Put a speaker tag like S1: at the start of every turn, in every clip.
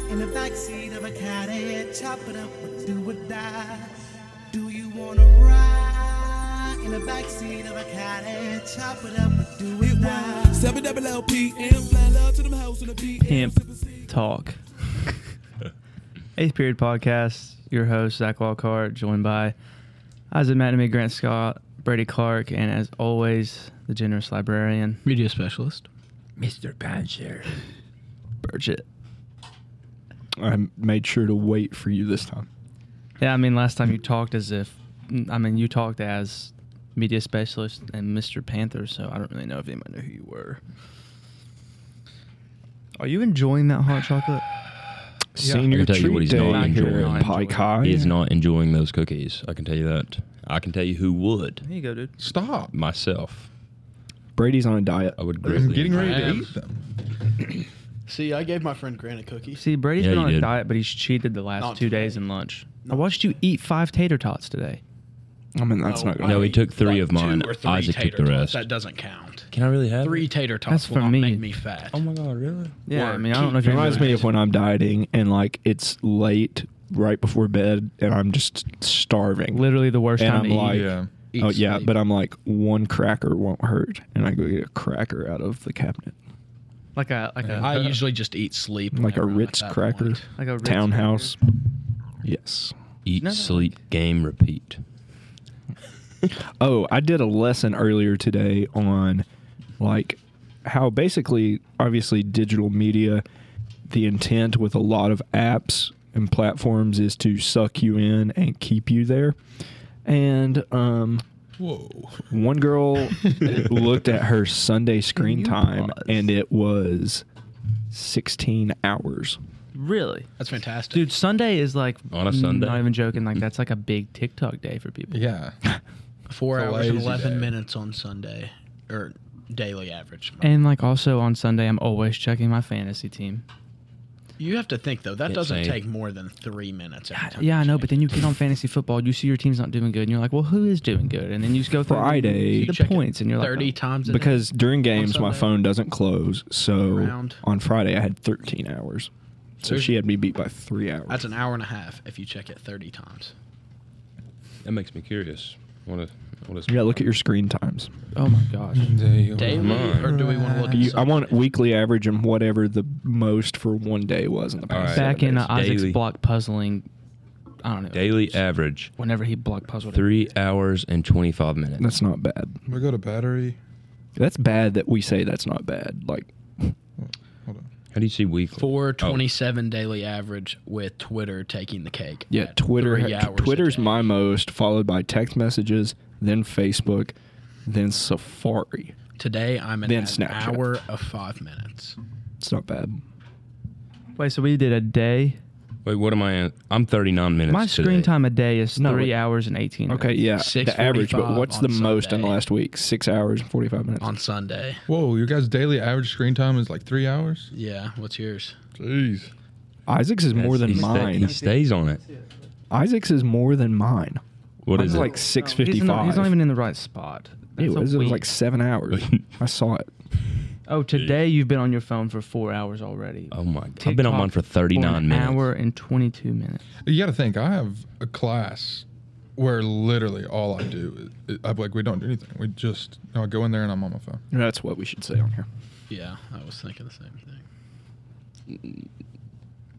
S1: backseat of a caddy, chop it up or do or die. Do you wanna ride in the backseat of a caddy, chop it up or do it die? Seven double LP, and fly love to them hoes in the beat.
S2: Pimp Talk. Eighth Period Podcast. Your host, Zach Walcart, joined by Isaac Mattamy, Grant Scott, Brady Clark, and as always, the generous librarian,
S3: Media specialist.
S2: Mr. Bancher. Burgett.
S3: I made sure to wait for you this time.
S2: Yeah, I mean, last time you talked as if, I mean, you talked as media specialist and Mr. Panther, so I don't really know if anyone knew who you were. Are you enjoying that hot chocolate?
S3: Senior
S4: I can tell you
S3: treat
S4: what he's
S3: day
S4: not
S3: here
S4: enjoying.
S3: at Pike
S2: Oh,
S3: High.
S4: He is not enjoying those cookies. I can tell you that. Ah. I can tell you who would.
S2: Here you go, dude.
S5: Stop.
S4: Myself.
S3: Brady's on a diet.
S4: I would
S5: I'm
S4: greatly.
S5: getting
S4: enjoy
S5: ready
S4: it.
S5: to eat them.
S6: See, I gave my friend Grant a cookie.
S2: See, Brady's
S4: Yeah,
S2: been
S4: you
S2: on a
S4: did.
S2: diet, but he's cheated the last
S6: Not
S2: two days
S6: today.
S2: in lunch. I
S6: Not
S2: watched you eat five tater tots today.
S3: I mean, that's
S6: No,
S3: not
S6: Oh, I
S3: good.
S4: No, he
S6: ate
S4: took three
S6: like
S4: of mine.
S6: two or three
S4: Isaac took
S6: tater
S4: the
S6: tots.
S4: rest.
S6: That doesn't count.
S4: Can I really have
S6: Three tater tots
S2: That's
S6: will
S2: for
S6: not
S2: me.
S6: make me fat.
S4: Oh my god, really?
S2: Yeah, I
S6: Word.
S2: mean, I don't know if
S3: It
S2: you
S3: reminds
S2: remember
S3: me of when I'm dieting and like it's late, right before bed, and I'm just starving.
S2: literally the worst
S3: And
S2: time
S3: I'm
S2: to
S3: like-
S2: eat.
S5: yeah.
S6: Eat
S3: oh yeah,
S6: sleep.
S3: but I'm like one cracker won't hurt, and I go get a cracker out of the cabinet,
S2: Like a like a
S6: I usually just eat sleep.
S3: like a
S6: whenever I'm at
S3: Ritz
S6: that
S3: cracker,
S6: point.
S2: like a Ritz
S3: townhouse. Yes.
S4: Eat,
S2: No, no.
S4: sleep, game, repeat.
S3: Oh, I did a lesson earlier today on like how basically, obviously, digital media, the intent with a lot of apps and platforms is to suck you in and keep you there. And um,
S5: Whoa.
S3: one girl looked at her Sunday screen
S2: You
S3: time
S2: pause.
S3: and it was 16 hours.
S2: Really,
S6: That's fantastic.
S2: dude. Sunday is like
S4: On a Sunday?
S2: Not even joking. Like that's like a big TikTok day for people.
S5: Yeah.
S6: four
S5: it's a
S6: hours and
S5: lazy
S6: eleven
S5: day.
S6: minutes on Sunday, or daily average.
S2: And like also on Sunday, I'm always checking my fantasy team.
S6: you have to think though. That
S4: Can't
S6: doesn't
S4: say.
S6: take more than three minutes. every time
S2: Yeah,
S6: you
S2: I know.
S6: check
S2: But then you
S6: it.
S2: get on fantasy football, you see your team's not doing good, and you're like, well, who is doing good? And then you just go through
S3: Friday-
S6: You
S2: the
S6: check it
S2: points, and you're like,
S6: thirty
S2: oh.
S6: times a day.
S3: Because during games, my
S6: Sunday?
S3: phone doesn't close. So
S6: Around.
S3: on Friday, I had 13 hours. So
S6: There's-
S3: she had me beat by three hours.
S6: that's an hour and a half if you check it thirty times.
S4: That makes me curious. What is what is
S3: Yeah, look at your screen times.
S2: oh my gosh.
S6: Daily,
S4: mine.
S6: or do we want to look? At
S3: You, I
S6: Sunday?
S3: want weekly average and whatever the most for one day was in the past.
S4: Alright.
S3: seven
S2: Back in
S3: days.
S2: uh, Isaac's
S4: Daily.
S2: block puzzling, I don't know.
S4: Daily average
S2: Whenever he block puzzled, it.
S4: three hours and twenty five minutes.
S3: that's not bad.
S5: We go to battery.
S3: That's bad that we say that's not bad. Like
S5: Hold on.
S4: How do you see weekly?
S3: Oh.
S4: Oh,
S6: Four twenty-seven daily average with Twitter taking the cake.
S3: yeah,
S6: at
S3: Twitter.
S6: three hours a
S3: Twitter's
S6: day.
S3: my most, followed by text messages, then Facebook, then Safari.
S6: Today I'm at
S3: Then
S6: an
S3: Snapchat.
S6: hour of five minutes.
S3: It's not bad.
S2: Wait, so we did a day.
S4: Wait, what am I? In? I'm thirty nine minutes.
S2: My
S4: today.
S2: screen time a day is
S3: No,
S2: three
S3: wait.
S2: hours and eighteen.
S3: Okay, yeah, the average. But
S6: 6:45
S3: what's
S6: on
S3: the most in the
S6: Sunday.
S3: last week? Six hours and forty-five minutes.
S6: on Sunday.
S5: Whoa, your guys' daily average screen time is like three hours?
S6: Yeah, what's yours?
S5: Jeez.
S3: Isaac's is more
S4: That's- he
S3: than
S4: sta-
S3: mine.
S4: he stays on it.
S3: Isaac's is more than mine.
S4: What
S3: Mine's
S4: is it?
S3: like
S2: No,
S3: six
S2: Oh, He's not,
S3: fifty-five.
S2: he's not even in the right spot.
S3: It
S2: That's a
S3: was, it was
S2: week.
S3: like seven hours. I saw it.
S2: oh, today you've been on your phone for four hours already.
S4: oh my! god. I've been on
S2: TikTok
S4: mine for
S2: For
S4: thirty
S2: an
S4: nine minutes.
S2: hour and twenty-two minutes.
S5: You got to think, I have a class where literally all I do is, I'm like, we don't do anything. We just, no, I go in there and I'm on my phone.
S3: That's what we should say on here.
S6: Yeah, I was thinking the same thing.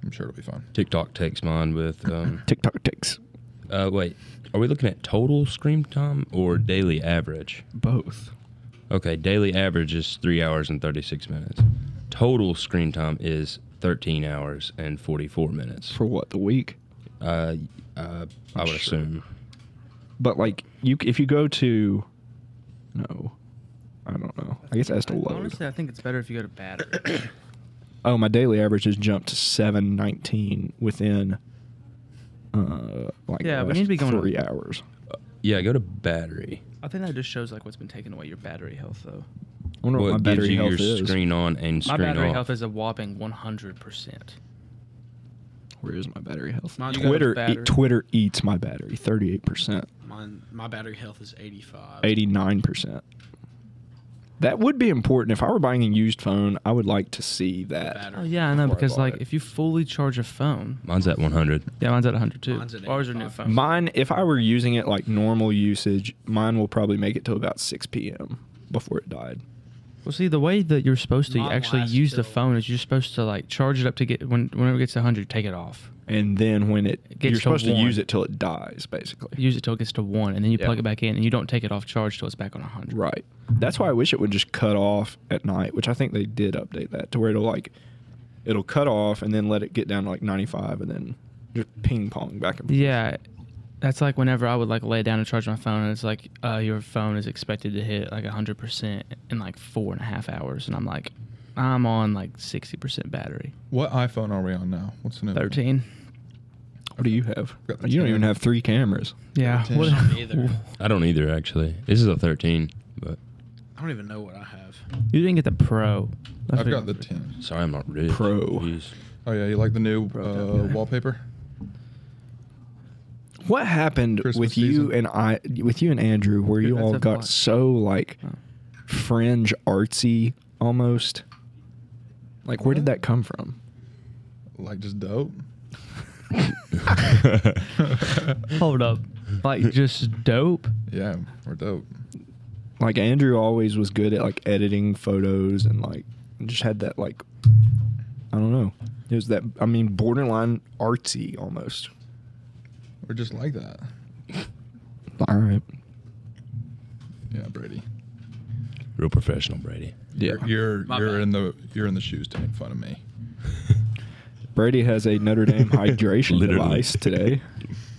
S5: I'm sure it'll be fine.
S4: TikTok takes mine with. Um,
S3: TikTok ticks.
S4: uh, wait, are we looking at total screen time or daily average?
S3: Both.
S4: Okay, daily average is three hours and thirty six minutes. Total screen time is thirteen hours and forty four minutes.
S3: For what, the week?
S4: Uh, uh, I would
S3: Sure.
S4: assume.
S3: But like you if you go to no. I don't know. I guess it has to load.
S2: Honestly, I think it's better if you go to battery.
S3: Oh, my daily average has jumped to seven nineteen within uh like
S2: Yeah,
S3: the
S2: we
S3: last
S2: need to be going
S3: three hours.
S4: Uh, Yeah, go to battery.
S2: I think that just shows like what's been taking away your battery health, though.
S3: I wonder what,
S4: Well,
S3: my
S4: it gives
S3: battery
S4: you
S3: health
S4: your
S3: is.
S4: screen on and
S2: My
S4: screen
S2: battery
S4: off.
S2: health is a whopping one hundred percent.
S3: Where is my battery health?
S6: Mine- You
S2: got a
S3: Twitter e-
S2: battery.
S3: Twitter eats my battery, thirty eight percent,
S6: Mine, my battery health is 85.
S3: eighty nine percent. That would be important. If I were buying a used phone, I would like to see that.
S6: Battery.
S2: Oh yeah, I know
S3: Before I
S2: because
S3: bought
S2: like
S3: it.
S2: if you fully charge a phone,
S4: Mine's at 100.
S2: yeah, mine's at 100 too.
S6: Mine's at
S2: Ours are new
S6: 85.
S2: phones.
S3: Mine, if I were using it like normal usage, mine will probably make it to about 6 p.m. before it died.
S2: Well, see, the way that you're supposed to
S6: Mine
S2: actually
S6: lasts
S2: use the
S6: till-
S2: phone is you're supposed to like charge it up to get when whenever it gets to 100, take it off,
S3: And then when it,
S2: gets
S3: you're
S2: to
S3: supposed to
S2: one.
S3: use it till it dies, basically.
S2: use it till it gets to one, and then you
S3: Yeah.
S2: plug it back in, and you don't take it off charge till it's back on 100.
S3: Right. That's why I wish it would just cut off at night, which I think they did update that to where it'll like it'll cut off and then let it get down to like 95 and then just ping pong back and forth.
S2: Yeah, that's like whenever I would like lay down and charge my phone, and it's like uh, your phone is expected to hit like 100 percent in like four and a half hours, and I'm like, I'm on like 60 percent battery,
S5: What iPhone are we on now? What's the new
S2: 13.
S3: What do you have?
S5: Got the
S3: You don't even
S5: camera.
S3: have three cameras.
S2: Yeah,
S5: Ten.
S2: what-
S6: Not either.
S4: I don't either, actually. This is a 13, but
S6: I don't even know what I have.
S2: you didn't get the pro. That's
S5: I've
S2: what-
S5: got the 10.
S4: sorry, I'm not rich.
S3: Pro.
S4: Jeez.
S5: Oh, yeah. You like the new uh,
S3: yeah.
S5: wallpaper?
S3: What happened
S5: Christmas
S3: with you
S5: season.
S3: and I with you and Andrew where you
S2: That's
S3: all
S2: a
S3: got
S2: lot.
S3: so like
S2: Oh.
S3: fringe artsy almost? Like where did that come from?
S5: Like just dope?
S2: Hold up. Like just dope.
S5: Yeah, we're dope.
S3: Like Andrew always was good at like editing photos and like just had that like I don't know. It was that I mean borderline artsy almost.
S5: We're just like that.
S3: All right.
S5: Yeah, Brady.
S4: Real professional, Brady.
S3: Yeah.
S5: You're you're,
S6: My
S5: you're
S6: bad.
S5: in the you're in the shoes to make fun of me.
S3: Brady has a Notre Dame hydration
S4: Literally.
S3: device today.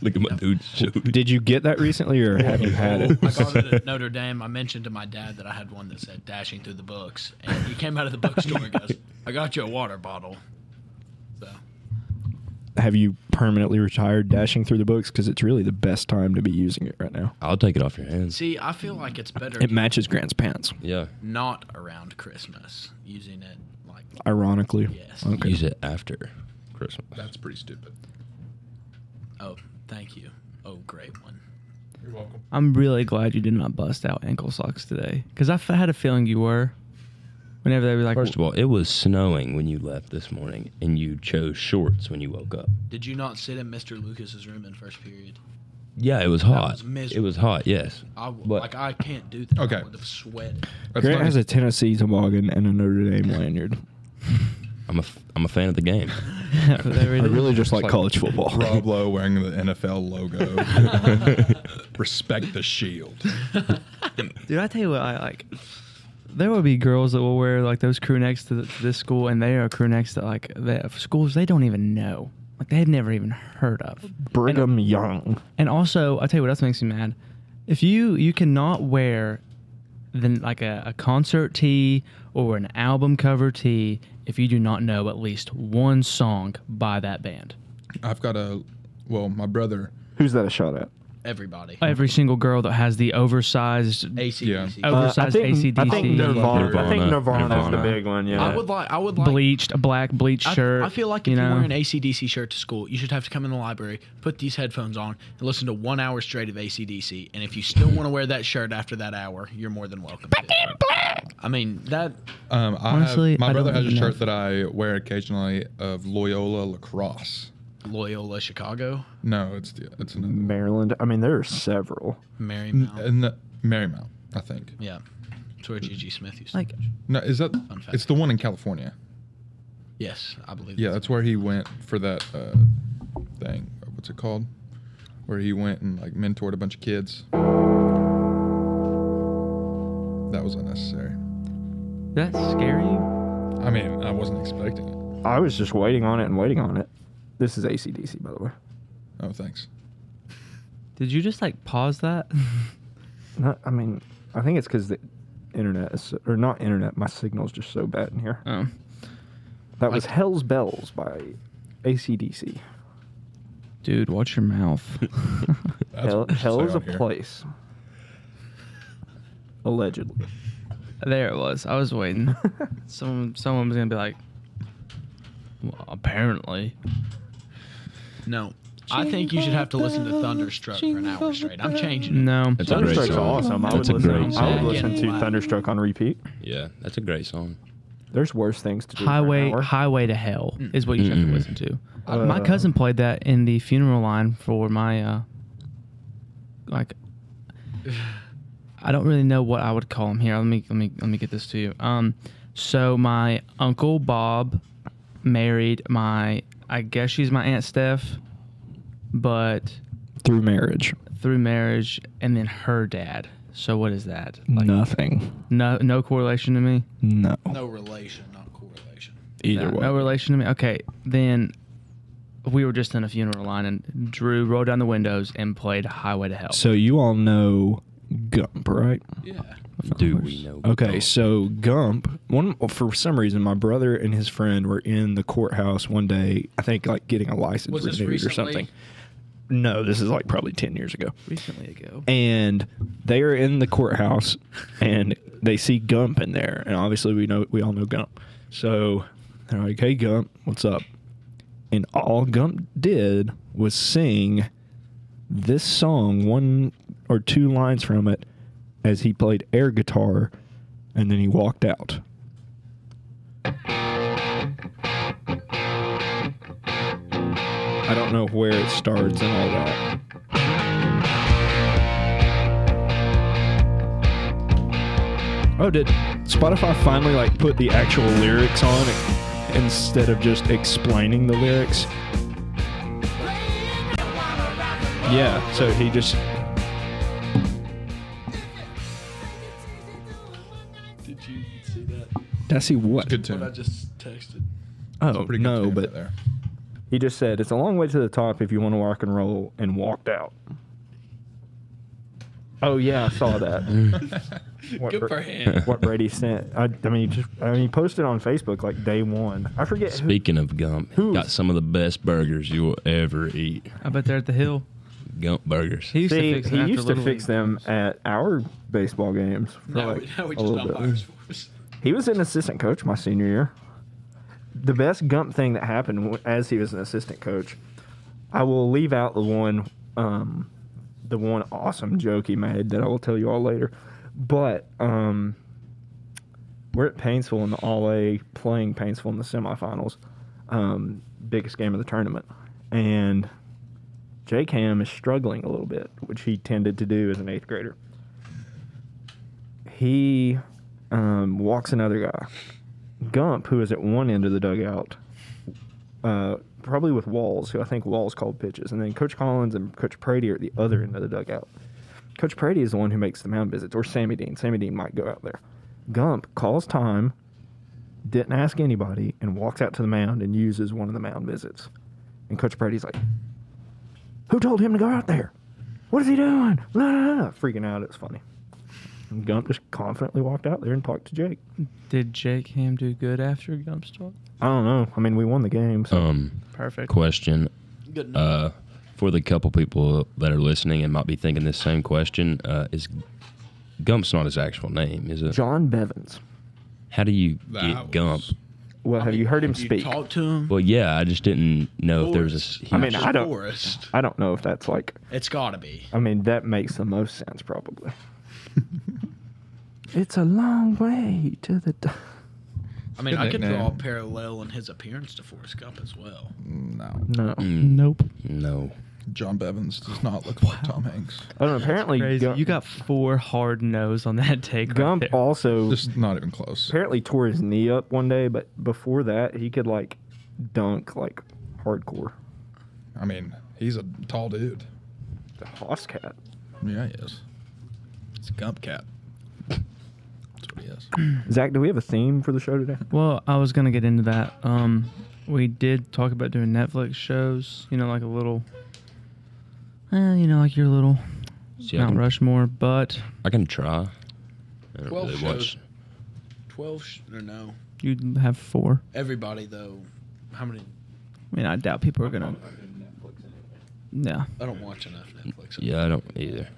S4: Look at my dude's shoes.
S3: Did you get that recently or have you had it?
S6: I got it at Notre Dame. I mentioned to my dad that I had one that said "dashing through the books," and he came out of the bookstore and goes, "I got you a water bottle." So
S3: Have you permanently retired dashing through the books because it's really the best time to be using it right now.
S4: I'll take it off your hands.
S6: see, I feel like it's better
S3: It matches Grant's pants.
S4: Yeah.
S6: not around Christmas using it like
S3: Ironically.
S6: Yes.
S3: Okay.
S4: Use it after Christmas.
S5: That's pretty stupid.
S6: oh thank you oh great one
S5: You're welcome.
S2: I'm really glad you did not bust out ankle socks today. Because I f- had a feeling you were. Whenever they were like,
S4: First of all, it was snowing when you left this morning, and you chose shorts when you woke up.
S6: did you not sit in Mr. Lucas's room in first period
S4: Yeah, it was hot.
S6: was miserable.
S4: it was hot. Yes.
S6: I w-
S4: But-
S6: like I can't do that
S5: Okay.
S6: I would have sweated
S5: That's
S3: Grant
S5: not
S3: has a Tennessee toboggan and a Notre Dame lanyard.
S4: I'm a f- I'm a fan of the game.
S2: there
S3: I
S2: it is.
S3: really just like,
S5: like
S3: college football.
S5: Rob Lowe wearing the NFL logo. Respect the shield.
S2: Dude, I tell you what, I like. There will be girls that will wear like those crew necks to, th- to this school, and they are crew necks that like that schools they don't even know, like they've never even heard of.
S3: Brigham Young.
S2: And also, I'll tell you what else makes me mad. If you you cannot wear then like a, a concert tee or an album cover tee if you do not know at least one song by that band.
S5: I've got a well, my brother.
S3: Who's that a shot at?
S6: everybody
S2: Every single girl that has the oversized
S6: ACDC
S5: Yeah.
S2: oversized ACDC
S4: I think Nirvana. Nirvana's the big
S3: one,
S2: Oh,
S3: yeah.
S6: I would like I would like
S2: bleached black bleached
S6: I,
S2: shirt.
S6: I feel like if
S2: you
S6: you,
S2: know,
S6: wear an ACDC shirt to school, you should have to come in the library, put these headphones on, and listen to one hour straight of ACDC. And if you still want to wear that shirt after that hour, you're more than welcome. To. I mean, that
S5: Um, I
S2: Honestly,
S5: have, my
S2: I
S5: brother
S2: don't
S5: has a
S2: even know.
S5: shirt that I wear occasionally of Loyola lacrosse.
S6: Loyola Chicago,
S5: No, it's the it's another
S3: Maryland. I mean, there are several.
S6: Marymount.
S5: and the, Marymount, I think.
S6: Yeah. It's where Gigi Smith used to
S2: like
S6: coach.
S5: No, is that
S6: Fun fact.
S5: it's the one in California?
S6: Yes, I believe
S5: Yeah,
S6: that's-
S5: that's where he went for that uh, thing. What's it called? Where he went and like mentored a bunch of kids. That was unnecessary.
S2: that scare you?
S5: I mean, I wasn't expecting it.
S3: I was just waiting on it and waiting on it. This is ACDC, by the way.
S5: Oh, thanks.
S2: Did you just like pause that?
S3: Not, I mean, I think it's because the internet is, so- or not internet, my signal's just so bad in here.
S2: oh.
S3: That was Hell's Bells by ACDC.
S2: Dude, watch your mouth.
S5: That's
S3: Hell,
S5: what we should
S3: hell
S5: say
S3: is a
S5: on here.
S3: place. Allegedly.
S2: there it was. I was waiting. Someone someone was gonna be like well, apparently.
S6: No, I think you should have to listen to Thunderstruck for an hour straight. I'm changing. it.
S2: No.
S4: That's a great
S3: Thunderstruck's
S4: song.
S3: awesome. I would
S4: That's a great
S3: listen. I would
S4: song.
S3: listen to Thunderstruck on repeat.
S4: Yeah, that's a great song.
S3: There's worse things to do. for an
S2: Highway
S3: hour.
S2: Highway to Hell is what you should have to listen to. my cousin played that in the funeral line for my uh like I don't really know what I would call him here. Let me let me let me get this to you. Um so my uncle Bob married my I guess she's my aunt Steph, but
S7: through marriage.
S2: through marriage and then her dad. So what is that?
S7: Nothing.
S2: No no correlation to me.
S7: No.
S6: No relation, not correlation.
S7: Either
S2: no,
S7: way.
S2: No relation to me. Okay, then we were just in a funeral line, and Drew rolled down the windows and played "Highway to Hell."
S7: So you all know Gump, right?
S6: Yeah.
S4: Do we know?
S7: Okay, so Gump, one well, for some reason, my brother and his friend were in the courthouse one day. I think like getting a license
S6: Was this
S7: renewed or
S6: recently?
S7: something. No, this is like probably ten years ago.
S2: recently ago,
S7: and they are in the courthouse and they see Gump in there. And obviously we know we all know Gump. So they're like, Hey Gump, what's up? And all Gump did was sing this song, one or two lines from it, as he played air guitar and then he walked out. I don't know where it starts and all that. Oh, did Spotify finally like put the actual lyrics on it instead of just explaining the lyrics? Yeah, so he just
S6: Did you see that?
S7: did I see what?
S5: Good tune.
S6: just texted.
S7: Oh
S5: Pretty good
S7: no,
S5: tune
S7: but
S5: right there.
S7: he just said it's a long way to the top if you want to rock and roll, and walked out. Oh yeah, I saw that. what,
S6: Good
S3: Bra-
S6: for him.
S3: what Brady sent. I, I mean, just I mean, he posted on Facebook like day one. I forget. who-
S4: Speaking of Gump,
S3: Who-
S4: got some of the best burgers you will ever eat.
S2: I bet they're at the hill.
S4: Gump burgers.
S2: He used
S3: See,
S2: to fix
S3: he
S2: them
S3: used
S2: after
S3: to fix them at our baseball games. for,
S6: Now,
S3: like,
S6: we- now we
S3: a
S6: just
S3: little
S6: don't
S3: bit.
S6: box for us.
S3: He was an assistant coach my senior year. The best Gump thing that happened w- as he was an assistant coach, I will leave out the one, um, the one awesome joke he made that I will tell you all later. But um, we're at Painesville in the All A, playing Painesville in the semifinals, um, biggest game of the tournament, and Jake Ham is struggling a little bit, which he tended to do as an eighth grader. He um, walks another guy. Gump, who is at one end of the dugout, uh, probably with Walls, who I think Walls called pitches, and then Coach Collins and Coach Prady are at the other end of the dugout. Coach Prady is the one who makes the mound visits, or Sammy Dean. Sammy Dean might go out there. Gump calls time, didn't ask anybody, and walks out to the mound and uses one of the mound visits. And Coach Prady's like, "Who told him to go out there? What is he doing?" La, la, la. Freaking out. It's funny. And Gump just confidently walked out there and talked to Jake.
S2: Did Jake Ham do good after Gump's talk?
S3: I don't know. I mean, we won the game. So.
S4: Um,
S2: Perfect.
S4: question
S6: Good enough.
S4: uh, for the couple people that are listening and might be thinking this same question uh, is Gump's not his actual name, is it?
S3: John Bevins.
S4: How do you
S5: That
S4: get
S5: was-
S4: Gump?
S3: Well, have you heard him
S6: Have you
S3: speak?
S6: talked to him?
S4: Well, yeah, I just didn't know if there was a.
S6: Forrest.
S4: s-
S3: I mean,
S4: huge-
S3: I don't-
S6: Forrest.
S3: I don't know if that's like.
S6: It's gotta be.
S3: I mean, that makes the most sense probably. it's a long way to the. Do-
S6: I mean,
S5: Good
S6: I could draw a
S5: nickname.
S6: parallel in his appearance to Forrest Gump as well.
S5: No,
S3: no.
S4: Mm.
S2: Nope.
S4: no.
S5: John Bevins does not look like Tom Hanks.
S3: I don't know, apparently,
S2: Crazy.
S3: Gump,
S2: You got four hard no's on that take. right
S3: Gump
S2: there.
S3: also
S5: Just not even close.
S3: apparently tore his knee up one day, but before that, he could like dunk like hardcore.
S5: I mean, he's a tall dude.
S3: The Hoss cat.
S5: Yeah, he is. It's a Gump Cat. That's what he is.
S3: Zach, do we have a theme for the show today?
S2: Well, I was gonna get into that. Um, we did talk about doing Netflix shows. You know, like a little, eh, you know, like your little
S4: See, I
S2: Mount
S4: can,
S2: Rushmore. But
S4: I can try. I don't
S6: Twelve
S4: really
S6: shows.
S4: watch.
S6: Twelve? Sh- or no.
S2: you'd have four.
S6: Everybody though. How many?
S2: I mean, I doubt people are gonna. Yeah,
S6: I don't watch enough Netflix.
S4: Yeah, I don't either.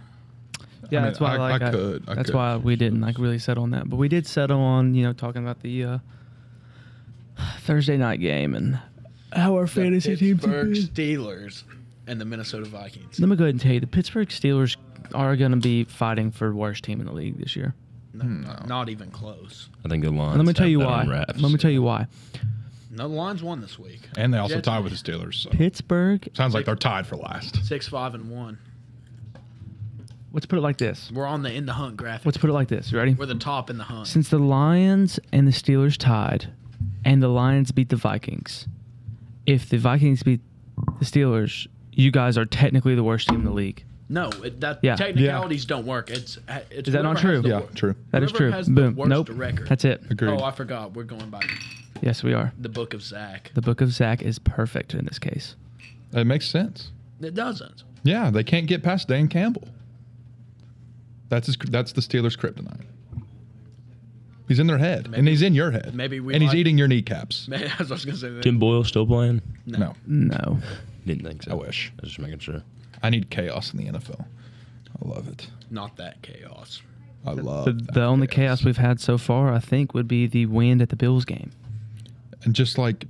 S2: yeah.
S5: mean,
S2: that's why
S5: I-
S2: like
S5: I could- I
S2: that's
S5: could.
S2: why we didn't like really settle on that, but we did settle on you know talking about the uh, Thursday night game and how our
S6: The
S2: fantasy teams. have
S6: Pittsburgh
S2: been.
S6: Steelers and the Minnesota Vikings.
S2: Let me go ahead and tell you the Pittsburgh Steelers are going to be fighting for worst team in the league this year.
S6: Not even close.
S4: I think the Lions.
S2: And let me tell
S4: have
S2: you
S4: that
S2: why.
S4: on
S2: Let
S4: wraps.
S2: me tell you why.
S6: No, the Lions won this week.
S5: And they also
S6: Jets-
S5: tied with the Steelers. So.
S2: Pittsburgh,
S5: Sounds like they're tied for last.
S6: Six, five, and one.
S2: let's put it like this.
S6: We're on the in the hunt graphic.
S2: Let's put it like this. You ready?
S6: We're the top in the hunt.
S2: Since the Lions and the Steelers tied, and the Lions beat the Vikings, if the Vikings beat the Steelers, you guys are technically the worst team in the league.
S6: No, it, that
S2: Yeah.
S6: technicalities don't work. It's, it's
S2: Is that not
S6: whoever has
S2: true?
S6: the
S5: Yeah,
S6: wor-
S5: true.
S2: That is
S6: Whoever
S2: true.
S6: has the
S2: Boom.
S6: worst
S2: nope.
S6: record.
S2: That's it.
S5: Agreed.
S6: Oh, I forgot. We're going by
S2: Yes, we are.
S6: the book of Zach.
S2: The book of Zach is perfect in this case.
S5: it makes sense.
S6: It doesn't.
S5: Yeah, they can't get past Dan Campbell. That's his, that's the Steelers' kryptonite. He's in their head, and
S6: Maybe-
S5: he's in your head.
S6: maybe we
S5: and he's
S6: like-
S5: eating your kneecaps.
S6: Man, that's what I was gonna say. man.
S4: Tim Boyle still playing?
S5: No.
S2: No.
S4: Didn't think so.
S5: I wish.
S4: I was just making sure.
S5: I need chaos in the NFL. I love it.
S6: Not that chaos.
S5: I love
S2: The,
S5: that
S2: the only chaos we've had so far, I think, would be the wind at the Bills game.
S5: and just like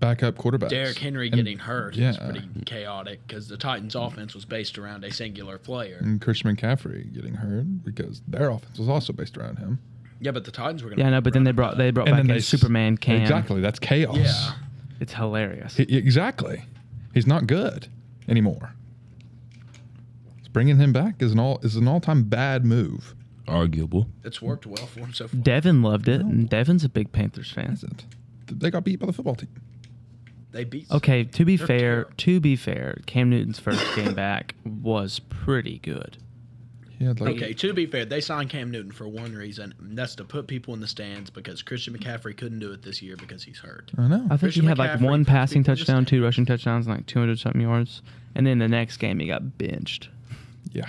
S5: backup quarterbacks.
S6: Derrick Henry
S5: And-
S6: getting hurt is
S5: yeah.
S6: pretty chaotic because the Titans' offense was based around a singular player.
S5: and Christian McCaffrey getting hurt because their offense was also based around him.
S6: Yeah, but the Titans were gonna.
S2: Yeah, I know, but then they
S6: run it
S2: brought
S6: up.
S2: they brought
S5: and
S2: back in
S5: s-
S2: Superman Cam.
S5: Exactly, that's chaos.
S6: Yeah,
S2: It's hilarious.
S5: I- E, exactly. He's not good anymore. Bringing him back is an all is an all time bad move.
S4: Arguable.
S6: it's worked well for him so far.
S2: Devin loved it, and Devin's a big Panthers fan.
S5: Is it? They got beat by the football team.
S6: They beat.
S2: Okay, to be
S6: They're
S2: fair,
S6: terrible.
S2: to be fair, Cam Newton's first game back was pretty good.
S5: He had like
S6: Okay, to be fair, they signed Cam Newton for one reason, and that's to put people in the stands because Christian McCaffrey couldn't do it this year because he's hurt.
S5: I know.
S2: I think
S6: Christian
S2: he had like
S6: McCaffrey
S2: one
S6: puts
S2: passing
S6: people in the
S2: touchdown,
S6: stands.
S2: two rushing touchdowns, and like 200 something yards. And then the next game, he got benched.
S5: Yeah.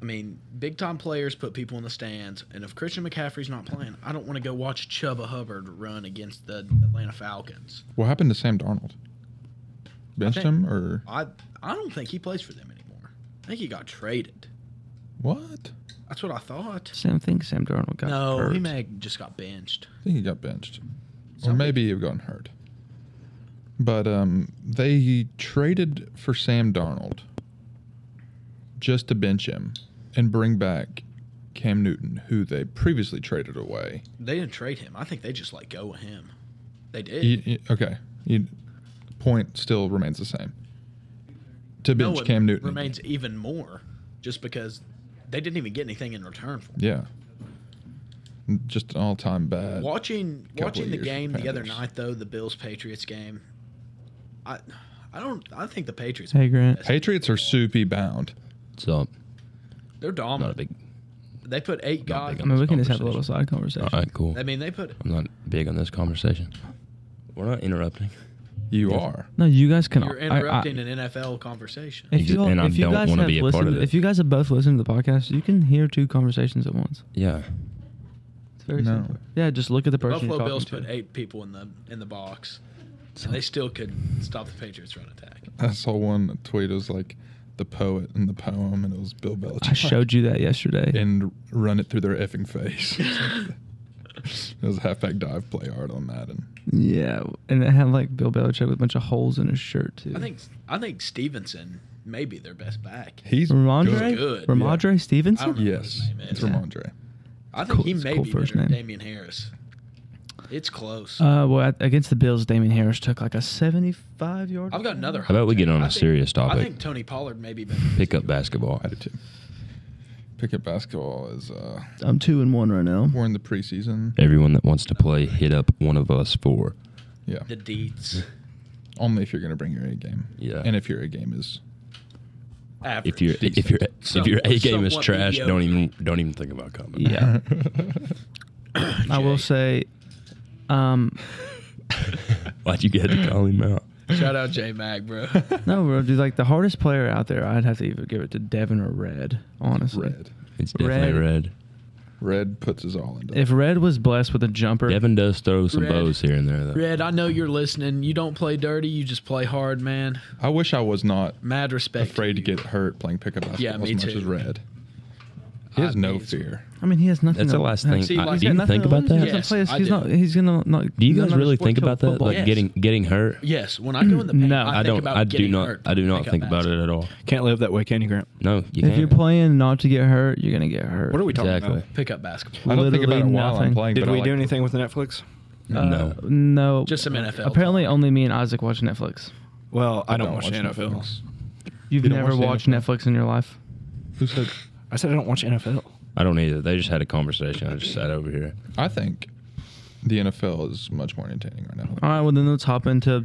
S6: I mean, big time players put people in the stands, and if Christian McCaffrey's not playing, I don't want to go watch Chuba Hubbard run against the Atlanta Falcons.
S5: What happened to Sam Darnold? Benched
S6: think-
S5: him or
S6: I I don't think he plays for them anymore. I think he got traded.
S5: what?
S6: That's what I thought.
S2: Same thing. Sam Darnold got
S6: No,
S2: hurt.
S6: he may have just got benched.
S5: I think he got benched, or
S6: Somebody-
S5: maybe he gotten hurt. But um, they traded for Sam Darnold just to bench him and bring back Cam Newton, who they previously traded away.
S6: They didn't trade him. I think they just let go of him. They did.
S5: You- you- okay, you, point still remains the same. To
S6: No,
S5: bench
S6: it
S5: Cam Newton
S6: remains even more, just because they didn't even get anything in return for him.
S5: Yeah. Just an all time bad.
S6: Watching
S5: Uh, of
S6: watching the
S5: years for
S6: game the other
S5: Panthers.
S6: night though, the Bills Patriots game, I I don't I think the Patriots
S2: Hey, Grant.
S5: Patriots are soupy bound.
S4: What's up?
S6: they're
S4: Not a
S6: dominant.
S4: big.
S6: they put eight
S4: not
S6: guys.
S4: big
S2: I mean, we can just have a little side conversation.
S4: All right, cool.
S6: I mean, they put
S4: I'm not big on this conversation. We're not interrupting.
S5: You are.
S2: No, you guys can.
S6: you're
S2: I- I-
S6: interrupting an NFL conversation.
S2: if you, all,
S4: And I
S2: if you
S4: don't
S2: guys
S4: wanna
S2: have
S4: be a part
S2: listened,
S4: of it.
S2: if you guys have both listened to the podcast, you can hear two conversations at once.
S4: Yeah.
S2: It's very
S5: No.
S2: simple. Yeah, just look at the person
S6: Buffalo
S2: you're
S6: Bills
S2: talking
S6: put
S2: to.
S6: eight people in the in the box, and they still could stop the Patriots run attack.
S5: I saw one tweet. It was like the poet and the poem, and it was Bill Belichick.
S2: I showed you that yesterday.
S5: and run it through their effing face. it was a halfback dive play hard on that, and
S2: Yeah, and it had like Bill Belichick with a bunch of holes in his shirt too.
S6: I think I think Stevenson may be their best back.
S5: he's
S2: Ramondre,
S5: good.
S6: Good.
S2: Ramondre
S6: I don't
S2: Stevenson.
S6: know what
S5: Yes,
S6: his name
S5: it's
S6: is.
S5: Ramondre.
S6: I think
S2: cool-
S6: he
S2: it's a
S6: may
S2: cool
S6: be
S2: first
S6: better than
S2: name.
S6: Damian Harris. It's close.
S2: Uh, well, at- against the Bills, Damien Harris took like a 75 yard.
S6: I've got another.
S4: How about we get on
S6: a
S4: a serious topic?
S6: I think Tony Pollard may be better.
S4: Pick up basketball.
S5: I do too. Pickup basketball is uh,
S2: I'm two and one right now.
S5: we're in the preseason.
S4: Everyone that wants to play, hit up one of us for.
S5: Yeah,
S6: The deets.
S5: only if you're gonna bring your A game.
S4: Yeah.
S5: And if your A game is
S6: Average.
S4: If your if your if your A
S6: Somewhat-
S4: game is
S6: somewhat
S4: trash, don't
S6: mediocre.
S4: even don't even think about coming.
S2: Yeah, I will
S6: Jay.
S2: say, um,
S4: Why'd you get to call him out?
S6: Shout out J Mag, bro.
S2: no, bro, dude, like the hardest player out there, I'd have to either give it to Devin or Red. Honestly,
S5: red,
S4: It's
S2: Red.
S4: definitely red.
S5: red puts us all into.
S2: if Red was blessed with a jumper,
S4: Devin does throw some
S6: Red.
S4: bows here and there though.
S6: Red, I know you're listening. You don't play dirty. You just play hard, man.
S5: I wish I was not
S6: Mad respect.
S5: afraid to
S6: you.
S5: get hurt playing pickup basketball
S6: Yeah, me
S5: as much
S6: too.
S5: as red. He has
S6: I
S5: no
S6: mean, it's-
S5: fear.
S2: I mean, he has nothing.
S4: That's
S2: to,
S4: the last thing.
S6: See,
S4: I-
S6: like-
S4: do you think about that?
S2: He's,
S6: Yes,
S2: play,
S6: I
S2: he's
S6: do.
S2: not. He's gonna. Not,
S4: Do you
S2: he's
S4: guys
S2: not
S4: really
S2: gonna
S4: think
S2: sport
S4: about
S2: till
S4: that? Like
S2: football.
S4: getting getting hurt?
S6: Yes, when I go in the paint,
S2: No.
S6: I,
S2: I
S4: I
S6: think
S4: don't.
S6: About
S4: I do
S6: getting
S4: not.
S6: hhurt
S4: I do
S6: to
S4: not
S6: pick up
S4: think about
S6: basket.
S4: it at all.
S3: Can't live that way, can you, Grant?
S4: No, you
S2: If
S4: can't.
S2: you're playing not to get hurt, you're gonna get hurt.
S3: What are we talking
S4: exactly.
S6: Pick up basketball.
S5: I don't think about it
S2: Literally
S5: while I'm
S2: nothing.
S5: playing.
S3: about? Did
S5: but I
S3: we
S5: like
S3: do
S5: to-
S3: anything with Netflix?
S4: No.
S2: uh, No.
S6: Just some NFL
S2: Apparently,
S6: talk.
S2: only me and Isaac watch Netflix.
S3: Well, I don't,
S5: don't
S3: watch,
S5: watch
S3: NFL.
S5: Netflix.
S2: You've
S5: You don't
S2: never
S5: watch
S2: watched
S5: the
S2: Netflix in your life.
S5: Who said?
S3: I said I don't watch NFL.
S4: I don't either. They just had a conversation. I just sat over here.
S5: I think the NFL is much more entertaining right now.
S2: All right. Well, then let's hop into.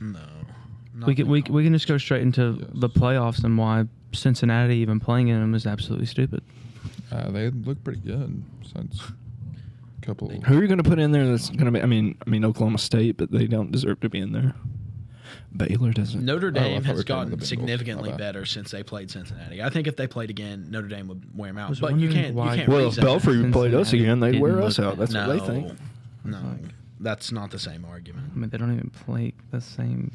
S6: No. Not
S2: We can we,
S6: now.
S2: we can just go straight into
S5: Yes.
S2: the playoffs and why Cincinnati even playing in them is absolutely stupid.
S5: Uh, they look pretty good since a couple.
S3: Who are you going to put in there? That's going to be. I mean, I mean Oklahoma State, but they don't deserve to be in there. Baylor doesn't.
S6: Notre
S5: thought we
S6: Dame
S5: were talking
S6: has
S5: about the
S6: gotten
S5: Bengals.
S6: significantly
S5: My bad.
S6: better since they played Cincinnati. I think if they played again, Notre Dame would wear them out.
S2: Was
S6: But you
S2: wondering
S6: can't.
S2: why-
S6: You can't
S3: Well, if
S6: reason that.
S3: Belfry played us
S2: Cincinnati
S3: again, they wear
S2: didn't
S3: us
S2: look-
S3: out. That's
S6: no,
S3: what they think. Mm,
S6: No, that's not the same argument.
S2: I mean, they don't even play the same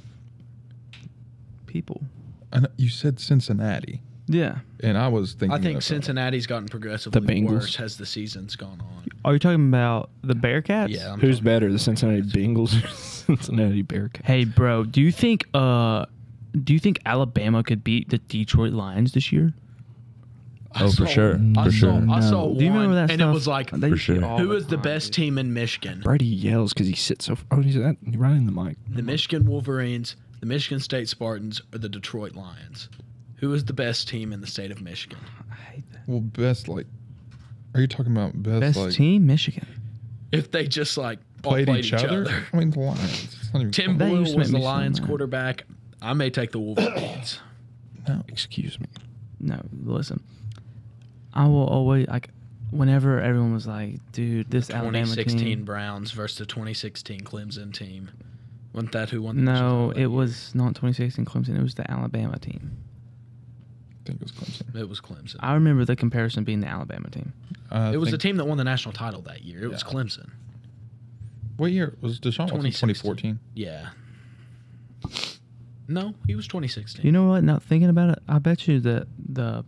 S2: people.
S5: I know- you said Cincinnati,
S2: Yeah.
S5: and I was thinking. uh,
S6: I think
S5: NFL.
S6: Cincinnati's gotten progressively
S3: The Bengals.
S6: worse as the season's gone on.
S2: Are you talking about the Bearcats?
S6: Yeah. I'm
S3: Who's
S6: talking-
S3: better, the Cincinnati Bengals or Cincinnati Bearcats?
S2: Hey, bro, do you think uh, do you think Alabama could beat the Detroit Lions this year?
S6: I
S4: Oh,
S6: saw-
S4: for sure.
S6: I
S4: For sure.
S6: saw, I saw one,
S2: Do you remember that
S6: and
S2: stuff?
S6: it was like,
S2: They
S4: For
S2: used to
S4: sure.
S2: all
S6: who is the
S2: time,
S6: best
S2: dude.
S6: team in Michigan?
S3: Brady yells because he sits so. Oh, he's that right in the mic.
S6: The Michigan Wolverines, the Michigan State Spartans, or the Detroit Lions? Who is the best team in the state of Michigan?
S2: I hate that.
S5: Well, best like. Are you talking about best,
S2: Best
S5: like
S2: team, Michigan.
S6: If they just like all
S5: played, each, other? I mean, the Lions. It's not even
S6: Tim
S2: That
S6: Boyle
S2: used to
S6: was
S2: make
S6: the
S2: me so
S6: Lions
S2: mad.
S6: quarterback. I may take the Wolverines.
S5: No.
S3: Excuse me.
S2: No, listen. I will always like whenever everyone was like, dude, this Alabama
S6: 2016
S2: team.
S6: Browns versus the 2016 Clemson team. Wasn't that who won? The national
S2: No,
S6: title that
S2: it
S6: year?
S2: was not 2016 Clemson. It was the Alabama team.
S5: I think it was Clemson.
S6: It was Clemson.
S2: I remember the comparison being the Alabama team.
S5: I
S6: it was the
S5: Uh, think-
S6: team that won the national title that year. It was
S5: Yeah.
S6: Clemson.
S5: What year was Deshaun Watson?
S6: 2016.
S5: 2014.
S6: Yeah. No, he was 2016.
S2: You know what? Now thinking about it, I bet you that the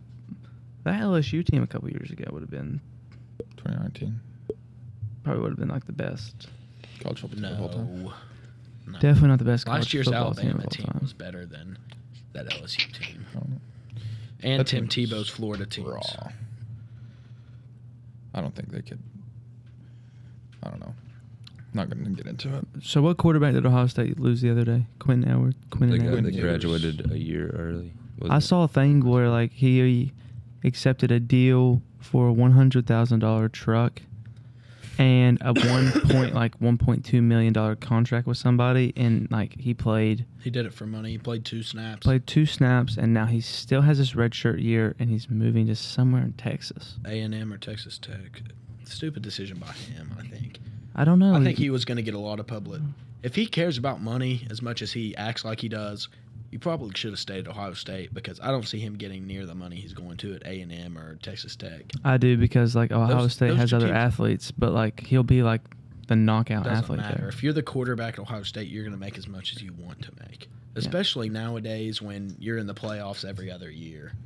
S2: that LSU team a couple years ago would have been
S5: 2019.
S2: probably would have been like the best.
S5: College football team of all time.
S6: no. No.
S2: Definitely not the best.
S6: Last
S2: college
S6: year's
S2: football
S6: Alabama
S2: team,
S6: team,
S2: of all time.
S6: was better than that LSU team
S5: I don't know.
S6: and
S5: Oh, That
S6: Tim
S5: team's
S6: Tebow's Florida teams.
S5: Raw. I don't think they could. I don't know. Not going to get into it.
S2: So what quarterback did Ohio State lose the other day? Quinn Howard. Quinn
S4: The
S2: and
S4: guy
S2: Howard.
S4: that graduated a year early.
S2: I saw a thing where like he accepted a deal for a one hundred thousand dollar truck and a one point like one point two million dollar contract with somebody, and like he played
S6: He did it for money. He played two snaps.
S2: played two snaps, and now he still has his red shirt year, and he's moving to somewhere in Texas.
S6: A&M or Texas Tech. Stupid decision by him, I think.
S2: I don't know.
S6: I think he was going to get a lot of public. If he cares about money as much as he acts like he does, you probably should have stayed at Ohio State because I don't see him getting near the money he's going to at A and M or Texas Tech.
S2: I do because like Ohio
S6: Those-
S2: State
S6: those
S2: has
S6: two
S2: other
S6: teams-
S2: athletes, but like he'll be like the knockout
S6: Doesn't
S2: athlete
S6: matter.
S2: there.
S6: If you're the quarterback at Ohio State, you're going to make as much as you want to make, especially nowadays when you're in the playoffs every other year. I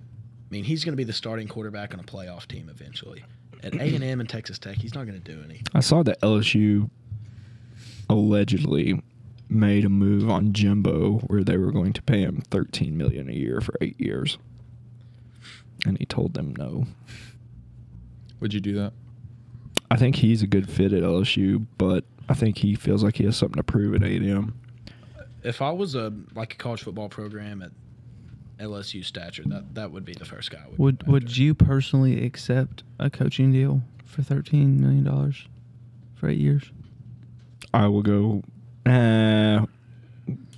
S6: mean, he's going to be the starting quarterback on a playoff team eventually. At A and M and Texas Tech, he's not going to do anything.
S3: I saw that LSU allegedly made a move on Jimbo where they were going to pay him 13 million a year for 8 years. And he told them no.
S5: Would you do that?
S3: I think he's a good fit at LSU, but I think he feels like he has something to prove at A&M.
S6: If I was a like a college football program at LSU stature, that that would be the first guy. I would
S2: Would
S6: go
S2: would
S6: after.
S2: you personally accept a coaching deal for thirteen million dollars for eight years?
S3: I will go uh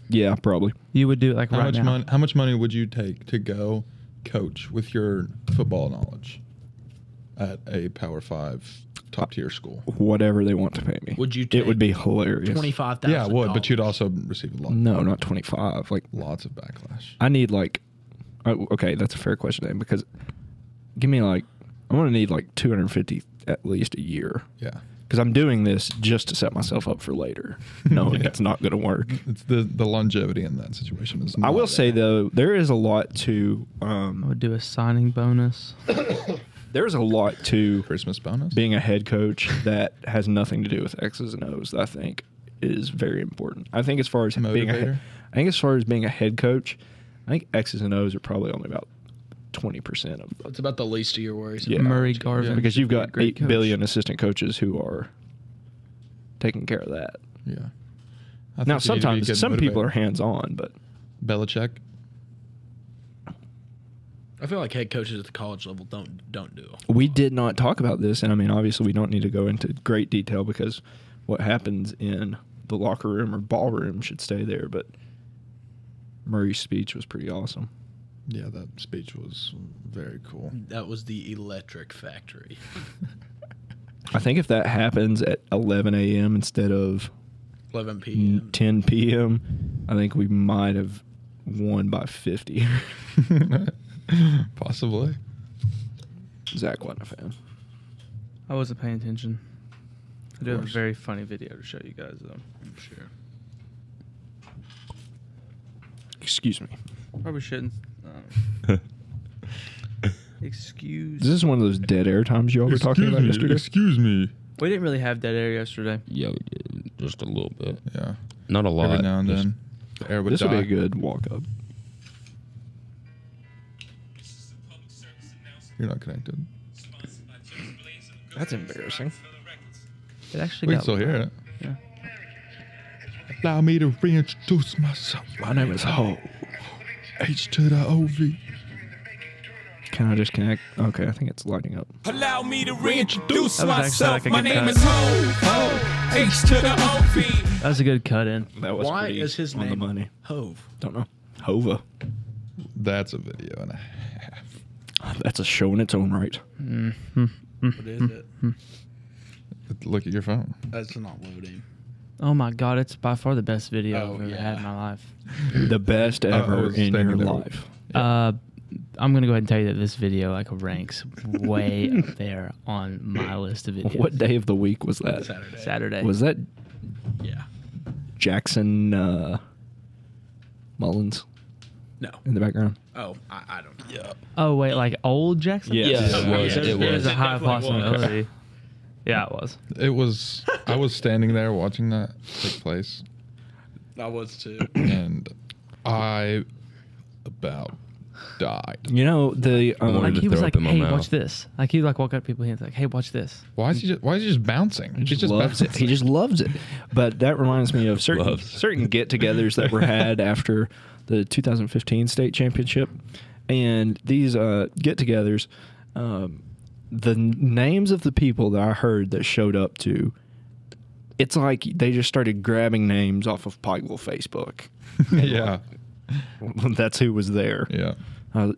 S3: yeah, probably.
S2: You would do it like
S5: How
S2: right
S5: much
S2: now.
S5: money? How much money would you take to go coach with your football knowledge at a Power Five top tier school?
S3: Whatever they want to pay me.
S6: Would you
S3: It would
S6: take
S3: be hilarious.
S6: Twenty five thousand.
S5: Yeah, I would, but you'd also receive a lot,
S3: No, not 25. Like
S5: lots of backlash.
S3: I need like, oh, okay, that's a fair question then because give me like, I'm gonna need like 250 at least a year
S5: Yeah,
S3: because I'm doing this just to set myself up for later, knowing
S5: Yeah.
S3: it's not gonna work.
S5: it's the the longevity in that situation is.
S3: I
S5: not
S3: will say
S5: there.
S3: though, there is a lot to
S2: I
S3: um,
S2: would do a signing bonus.
S3: There's a lot to
S5: Christmas bonus.
S3: being a head coach that has nothing to do with X's and O's. That I think is very important. I think as far as being, a,
S5: Motivator?
S3: he- I think as far as being a head coach, I think X's and O's are probably only about twenty percent of
S6: It's about the least of your worries.
S3: Yeah.
S2: Murray
S6: Apology.
S2: Garvin.
S5: Yeah.
S3: because you've
S2: should be a
S3: got eight
S2: great
S3: billion
S2: coach.
S3: assistant coaches who are taking care of that.
S5: yeah. I think you
S3: now
S5: need to be a
S3: sometimes
S5: good
S3: some people
S5: motivator.
S3: are hands on, but
S5: Belichick.
S6: I feel like head coaches at the college level don't don't do. it.
S3: we did not talk about this, and I mean obviously we don't need to go into great detail because what happens in the locker room or ballroom should stay there, but Murray's speech was pretty awesome.
S5: Yeah, that speech was very cool.
S6: That was the electric factory.
S3: I think if that happens at 11 a.m. instead of
S6: 11
S2: Mm,
S6: p.m.
S3: 10 p.m., I think we might have won by 50.
S5: Possibly.
S3: Zach wasn't a fan.
S2: I wasn't paying attention. I do have a
S5: course.
S2: very funny video to show you guys though.
S6: I'm sure.
S3: Excuse me.
S2: Probably shouldn't. um, excuse.
S3: This is one of those dead air times y'all were talking about yesterday.
S5: Excuse me.
S2: we didn't really have dead air yesterday.
S4: Yeah, we did, just a little bit.
S5: Yeah.
S4: Not a lot.
S5: Every now and
S4: just-
S5: then. The air would
S3: This would be
S5: die.
S3: a good walk up.
S5: You're not connected.
S3: That's embarrassing.
S2: It actually
S5: We can
S2: got.
S5: still hear it.
S2: Yeah.
S5: Allow me to reintroduce myself.
S3: My name is
S5: Oh.
S3: Ho.
S5: H to the OV.
S3: Can I just connect? Okay, I think it's lighting up.
S8: Allow me to reintroduce
S2: That was actually
S8: myself.
S2: like a
S8: My
S2: good
S8: name
S2: cut.
S8: is Ho, Ho, H to the OV.
S2: That was a good cut in.
S3: That was
S6: Why is his
S3: on
S6: name
S3: the money.
S6: Hove?
S3: Don't know. Hova.
S5: That's a video and a half.
S3: That's a show in its own right.
S6: What is it?
S2: Mm-hmm.
S5: Look at your phone.
S6: That's not loading.
S2: Oh my god, it's by far the best video
S6: Oh,
S2: I've ever
S6: yeah.
S2: had in my life.
S3: The best ever
S5: was
S3: in your
S5: thinking that-
S3: life.
S2: Uh, I'm gonna go ahead and tell you that this video like ranks way up there on my list of videos.
S3: What day of the week was that?
S6: Saturday.
S2: Saturday.
S3: Was that
S6: Yeah.
S3: Jackson uh, Mullins
S6: No.
S3: in the background?
S6: Oh, I, I don't know. Yeah.
S2: Oh wait, like old Jackson?
S3: Yes.
S4: Yeah, it
S2: Okay,
S4: was.
S2: there's-
S4: It
S2: there's
S4: was.
S2: a high
S6: Definitely was.
S2: possibility. Yeah, it was.
S5: It was. I was standing there watching that take place,
S6: I was too.
S5: and I about died.
S3: You know the
S2: Like
S3: um,
S4: to
S2: he was
S4: throw
S2: like,
S4: up in my
S2: "Hey,
S4: mouth."
S2: watch this!" Like he like walk up to people and he's like, "Hey, watch this!"
S5: Why is he? Just, why is he just bouncing?
S3: he just,
S5: He's
S3: loves it. He
S5: bouncing.
S3: just loves it. But that reminds me of certain
S4: Loves.
S3: certain get-togethers that were had after the 2015 state championship, and these uh, get-togethers, um, the n- names of the people that I heard that showed up to. It's like they just started grabbing names off of Pikeville Facebook.
S5: yeah.
S3: That's who was there.
S5: Yeah.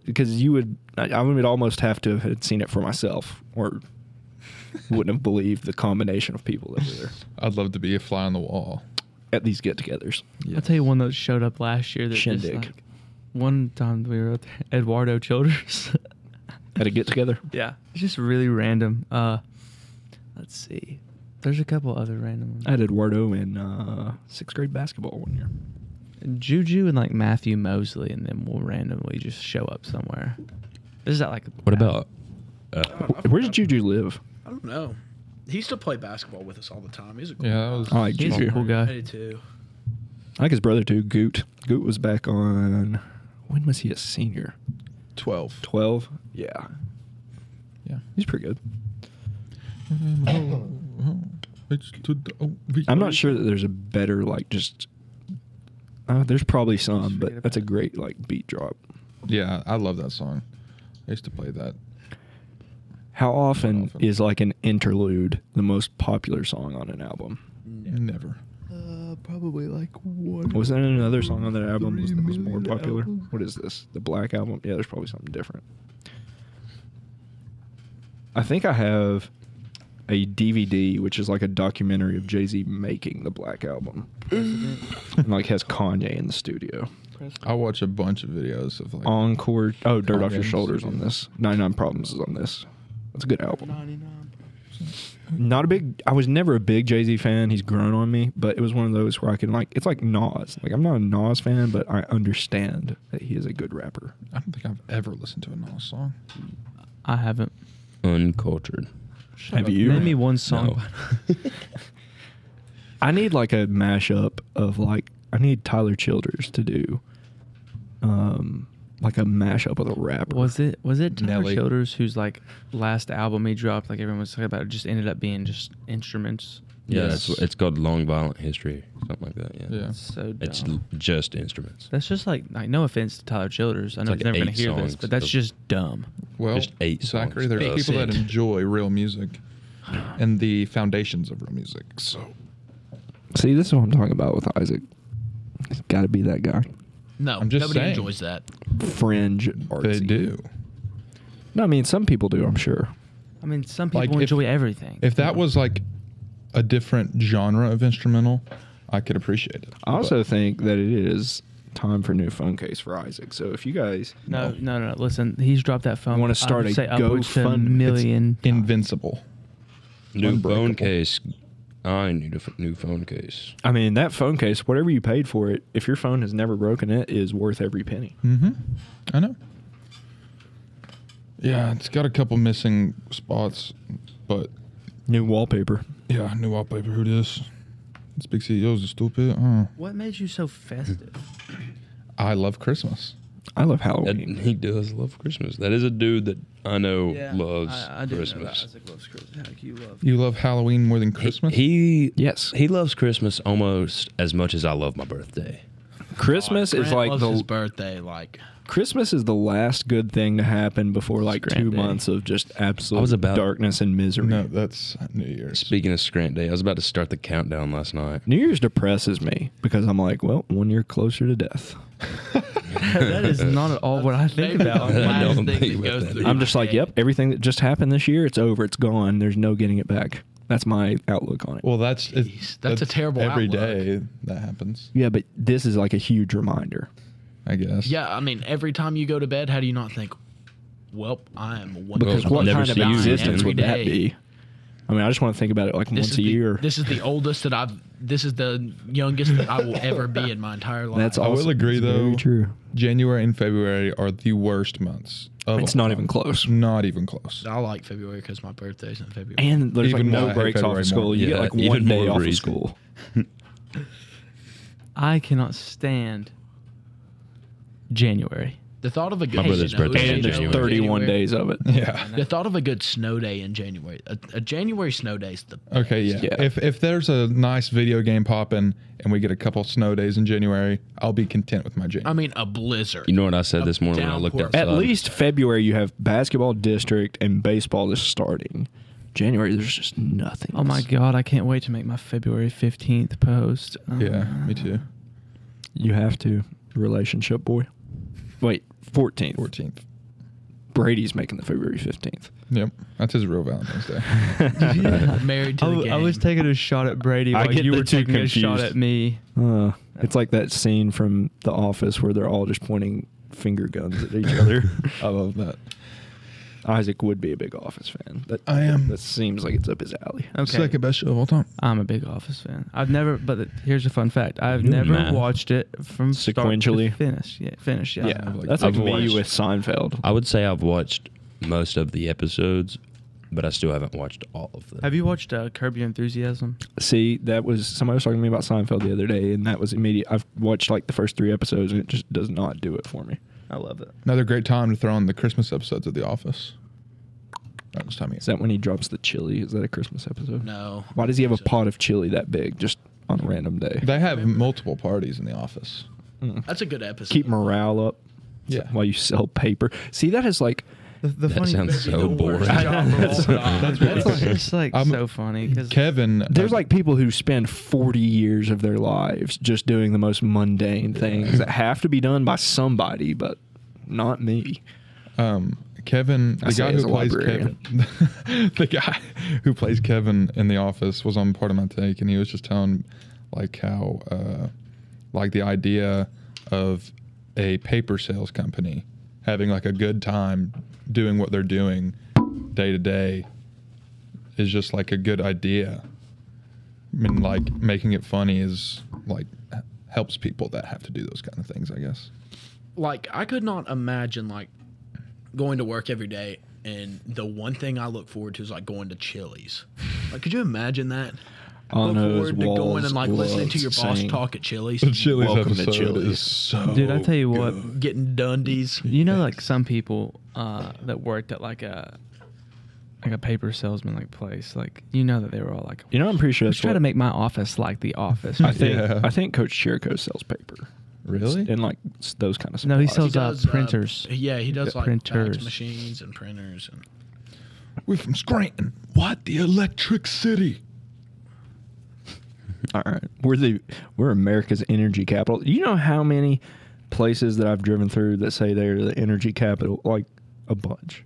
S3: because Uh, you would I, I would almost have to have had seen it for myself or wouldn't have believed the combination of people that were there
S5: I'd love to be a fly on the wall.
S3: at these get-togethers.
S2: I'll tell you one that showed up last year. That just,
S3: Shindig.
S2: like, one time we were out there, Eduardo Childers.
S3: At a get-together,
S2: yeah, it's just really random. Uh, let's see. There's a couple other random ones.
S3: I had Eduardo in uh, sixth grade basketball one year.
S2: Juju and like Matthew Mosley, and then we'll randomly just show up somewhere. This is at like
S4: What about? Uh,
S3: Where did Juju live?
S6: I don't know. He used to play basketball with us all the time. He's a cool
S5: Yeah. That was.
S3: I like
S2: he's
S3: Juju.
S2: a cool
S6: guy. I
S2: guy.
S6: did too.
S3: I like his brother too. Goot. Goot was back on. When was he a senior?
S5: Twelve.
S3: Twelve. Yeah,
S5: Yeah.
S3: he's pretty good.
S5: It's to oh, the OV.
S3: I'm not sure that there's a better like just. Uh, there's probably some, but that's a great like beat drop.
S5: Yeah, I love that song. I used to play that.
S3: How often,
S5: often.
S3: is like an interlude the most popular song on an album?
S5: Never.
S2: Probably like one.
S3: Was there another song on that album was- that was more popular? What is this? The Black Album? Yeah, there's probably something different. I think I have a DVD, which is like a documentary of Jay Z making the Black Album, and like has Kanye in the studio.
S5: I watch a bunch of videos of like.
S3: Encore. Oh, Dirt Off
S5: Kanye in
S3: Your
S5: the
S3: Shoulders on
S5: studio.
S3: this. 99 Problems is on this. That's a good album. not a big I was never a big Jay-Z fan. He's grown on me, but it was one of those where I can like it's like Nas. Like I'm not a Nas fan, but I understand that he is a good rapper.
S5: I don't think I've ever listened to a Nas song.
S2: I haven't.
S4: uncultured.
S3: Have you?
S2: Name me one song.
S4: No.
S3: I need like a mashup of like I need Tyler Childers to do, um, like a mashup with a rapper.
S2: Was it was it Tyler
S5: Nelly.
S2: Childers whose like last album he dropped, like everyone was talking about, it just ended up being just instruments?
S4: Yeah,
S5: Yes.
S4: that's, it's called long violent history, something like that. Yeah,
S5: Yeah.
S2: So dumb.
S4: it's l- just instruments.
S2: that's just like like no offense to Tyler Childers, I know
S4: It's
S2: he's
S4: like
S2: never gonna
S4: eight
S2: hear this,
S4: songs
S2: but that's
S4: of-
S2: just dumb.
S5: Well,
S4: Just eight
S5: Zachary,
S4: songs.
S5: there are
S4: Big
S5: people that
S4: cent.
S5: enjoy real music and the foundations of real music. So
S3: See, this is what I'm talking about with Isaac. It's got to be that guy.
S9: No,
S5: I'm just
S9: nobody
S5: saying.
S9: enjoys that.
S3: Fringe artsy.
S5: they do.
S3: No, I mean some people do. I'm sure.
S2: I mean, some people
S5: Like, if-
S2: enjoy everything.
S5: If that was like a different genre of instrumental, I could appreciate it.
S3: I also think that it is time for a new phone case for Isaac. So if you guys
S2: no, no, no, no. Listen, he's dropped that phone.
S3: Wanna start
S2: I'd
S3: a
S2: say upwards to a
S3: GoFundMe.
S2: million.
S5: But invincible.
S4: New
S5: Unbreakable.
S4: phone case. I need a f- new phone case.
S3: I mean, that phone case, whatever you paid for it, if your phone has never broken it, is worth every penny.
S5: Mm-hmm. I know. Yeah, it's got a couple missing spots, but
S3: New wallpaper.
S5: yeah, new wallpaper. Who this? This big CEOs are stupid. Uh,
S2: What made you so festive?
S5: I love Christmas.
S3: I love
S4: That,
S3: Halloween.
S4: he does love Christmas. That is a dude that I know loves Christmas.
S2: loves Christmas. How you love?
S5: You love Halloween more than Christmas?
S4: He
S3: yes.
S4: he loves Christmas almost as much as I love my birthday.
S3: Christmas is
S6: Grant
S3: like
S6: loves his
S3: the
S6: birthday. Like
S3: Christmas is the last good thing to happen before like
S2: Grand
S3: two
S2: Day.
S3: months of just absolute
S4: I was about-
S3: darkness and misery.
S5: no, that's New Year's.
S4: Speaking of Scrant Day, I was about to start the countdown last night.
S3: New Year's depresses me because I'm like, well, one year closer to death.
S2: that is not at all what I think about.
S4: the
S9: Last
S4: don't
S9: thing
S4: think
S9: that
S4: about
S9: goes
S4: that.
S9: through
S3: I'm
S9: my
S3: just like,
S9: head.
S3: yep, everything that just happened this year, it's over, it's gone. There's no getting it back. That's my outlook on it.
S5: Well, that's it-
S6: Jeez, that's a terrible
S5: Every
S6: outlook.
S5: day that happens,
S3: yeah, but this is like a huge reminder.
S5: I guess.
S6: Yeah, I mean, every time you go to bed, how do you not think, "Well, I am one
S3: Because
S4: Well,
S3: what
S4: never
S3: kind of
S4: see you
S3: existence
S4: again.
S3: would that be? I mean, I just want to think about it like
S6: This
S3: once
S6: is
S3: a
S6: the,
S3: year.
S6: This is the oldest that I've. This is the youngest that I will ever be in my entire life.
S3: That's
S5: I
S3: all.
S5: will agree, though.
S3: Very true.
S5: January and February are the worst months. Of
S3: It's
S5: all
S3: not even close.
S5: time. Not even close.
S6: I like February because my birthday's in February.
S3: And there's
S5: Even
S3: like
S5: more
S3: no breaks off
S5: February
S3: of school. You get
S4: month. Yeah,
S3: like one
S4: even
S3: day
S4: more
S3: off
S4: reason.
S3: of school.
S2: I cannot stand January.
S6: the thought of a good
S4: My brother's
S6: snow
S4: birthday
S6: day
S4: is in
S3: And
S6: in
S3: there's
S4: January.
S3: 31
S6: January-
S3: days of it.
S5: Yeah.
S6: The thought of a good snow day in January. A, a January snow day is the.
S5: Okay. Yeah.
S3: Yeah.
S5: If if there's a nice video game popping and we get a couple snow days in January, I'll be content with my
S6: I
S5: January.
S6: mean, a blizzard.
S4: You know what I said this morning when I looked
S6: Downpour.
S4: outside?
S3: At least February, you have basketball district and baseball that's starting. January, there's just nothing.
S2: Oh my god, I can't wait to make my February 15th post. Um,
S5: yeah. Me too.
S3: You have to. Relationship boy. Wait, 14th.
S5: Fourteenth.
S3: Brady's making the February 15th.
S5: Yep. That's his real Valentine's Day.
S6: Married to
S2: I,
S6: the
S2: w- I
S6: game.
S2: was taking a shot at Brady
S3: I
S2: while
S3: get
S2: you
S3: the
S2: were
S3: two
S2: taking a shot
S3: confused.
S2: at me.
S3: Uh, it's like that scene from The Office where they're all just pointing finger guns at each other.
S5: I love that.
S3: Isaac would be a big Office fan. That,
S5: I am.
S3: That seems like it's up his alley.
S2: Okay.
S5: Second best show of all time.
S2: I'm a big Office fan. I've never, but the, here's a fun fact: I've
S4: You're
S2: never
S4: mad.
S2: watched it from
S3: Sequentially?
S2: start to finish. Yeah, finish. Yeah.
S3: yeah,
S5: like-
S3: that's like Uh,
S4: I've
S3: me
S4: watched-
S3: with Seinfeld.
S4: I would say I've watched most of the episodes, but I still haven't watched all of them.
S2: Have you watched uh, Curb Your Enthusiasm?
S3: See, that was somebody was talking to me about Seinfeld the other day, and that was immediate. I've watched like the first three episodes, and it just does not do it for me.
S2: I love it.
S5: Another great time to throw on the Christmas episodes of The Office. Not this time of year.
S3: Is that when he drops the chili? Is that a Christmas episode?
S6: No.
S3: Why does he have a
S6: So-
S3: pot of chili that big just on a random day?
S5: They have multiple parties in the office.
S6: That's a good episode.
S3: Keep morale up
S5: Yeah.
S3: while you sell paper. See, that is like
S2: The, the
S4: That
S2: funny
S4: sounds
S2: thing-
S4: so boring.
S2: That's-
S5: what-
S2: It's, it's like
S5: I'm-
S2: so funny because
S5: Kevin.
S3: there's
S5: uh,
S3: like people who spend 40 years of their lives just doing the most mundane things that have to be done by somebody, but not me.
S5: um, Kevin, the
S3: I say
S5: guy
S3: as
S5: who
S3: a
S5: plays
S3: librarian.
S5: Kevin, the guy who plays Kevin in the office was on part of my take, and he was just telling like how uh, like the idea of a paper sales company having like a good time doing what they're doing day to day is just like a good idea. I mean, like making it funny is like h- helps people that have to do those kind of things, I guess.
S6: like I could not imagine like going to work every day and the one thing I look forward to is like going to Chili's. Like, could you imagine that?
S3: On those
S6: to going
S3: walls
S6: and like listening to your
S3: loved
S6: boss
S3: saying,
S6: talk at Chili's,
S5: The Chili's
S3: Welcome to
S5: episode
S3: Chili's.
S5: is so.
S2: Dude, I tell you what,
S6: getting Dundies.
S2: you know, like some people uh, that worked at like a like a paper salesman like place, like you know that they were all like,
S3: You know, I'm pretty sure
S2: let's
S3: that's
S2: try
S3: what,
S2: to make my office like the office.
S3: I think
S5: Yeah.
S3: I think Coach Jericho sells paper
S5: Really?
S3: and like s- those kind of
S2: No, he
S3: supplies.
S2: sells- uh, printers.
S6: yeah, he does
S2: The
S6: like
S2: printers.
S6: fax machines and printers and
S5: We're from Scranton. What the Electric City?
S3: All right, we're the we're America's energy capital. You know how many places that I've driven through that say they're the energy capital? Like a bunch.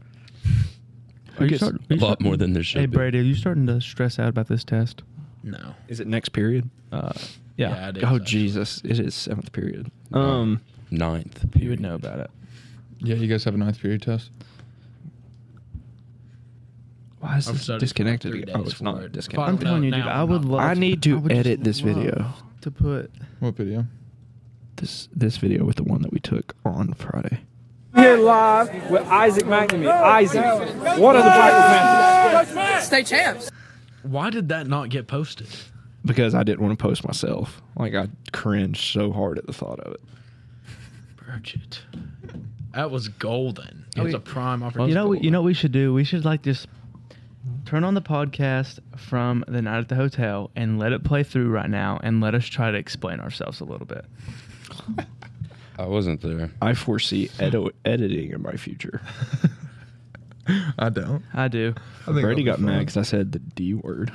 S2: Are you
S3: gets-
S2: starting?
S4: A lot more than there should
S2: Hey
S4: be.
S2: Brady, are you starting to stress out about this test?
S6: no.
S3: Is it next period?
S2: Uh, yeah,
S6: Yeah, I did. It is,
S3: oh
S6: actually.
S3: Jesus! It is seventh period. Um,
S4: Ninth.
S2: you would know about it.
S5: Yeah, you guys have a ninth period test?
S3: why is
S6: I've
S3: this
S6: studied for
S3: disconnected?
S6: three
S3: again? Oh,
S6: days
S3: it's not
S6: for it.
S3: disconnected.
S2: I'm
S6: no,
S2: telling you,
S6: now
S2: dude,
S6: we're
S2: I would
S6: not.
S2: love.
S3: I need to
S2: would just
S3: edit this
S2: love
S3: video.
S2: to put.
S5: What video?
S3: This this video with the one that we took on Friday.
S10: here live with Isaac McNamee. Isaac, what are the Bible passages?
S6: Why did that not get posted?
S3: because I didn't want to post myself. Like I cringed so hard at the thought of it.
S6: Bridget. That was golden. That was a prime opportunity.
S2: You know, we, you know what we should do? We should like just turn on the podcast from the night at the hotel and let it play through right now, and let us try to explain ourselves a little bit.
S4: I wasn't there.
S3: I foresee edi- editing in my future.
S5: I don't.
S2: I do.
S5: I think
S3: Brady
S5: that'll
S3: got
S5: be fun.
S3: mad because I said the D word.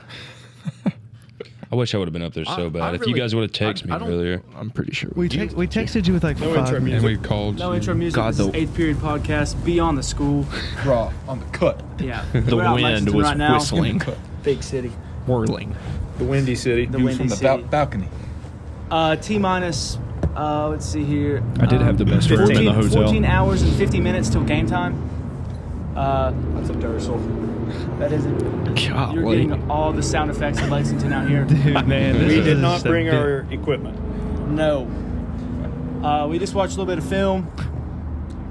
S4: I wish I would have been up there so
S6: I-
S4: bad.
S6: I
S4: if you
S6: really-
S4: guys would have texted
S6: I- I
S4: me
S6: don't-
S4: earlier.
S3: I'm pretty sure
S2: We
S3: we did.
S2: text, we texted you with like
S10: No
S2: five
S10: intro
S2: minutes.
S5: And we called.
S10: No
S5: you.
S10: intro music.
S3: God,
S10: this is
S3: the-
S10: eighth period podcast. Be on the school.
S6: raw on the cut.
S10: Yeah.
S3: the
S10: We're out
S3: wind
S10: Lexington
S3: was
S10: right now.
S3: whistling,
S10: Big city.
S3: whirling.
S11: The windy city.
S10: The windy city.
S5: balcony.
S10: uh, T minus. Uh, let's see here.
S3: I did have the best room in the
S10: 14
S3: hotel.
S10: 14 hours and 50 minutes till game time. Uh,
S11: That's a Dursel.
S10: that isn't. You're
S3: Golly.
S10: getting all the sound effects of Lexington out here.
S2: Dude, man, this
S11: We
S2: is
S11: did not
S2: just a
S11: bring
S2: bit-
S11: our equipment.
S10: No. Uh, we just watched a little bit of film.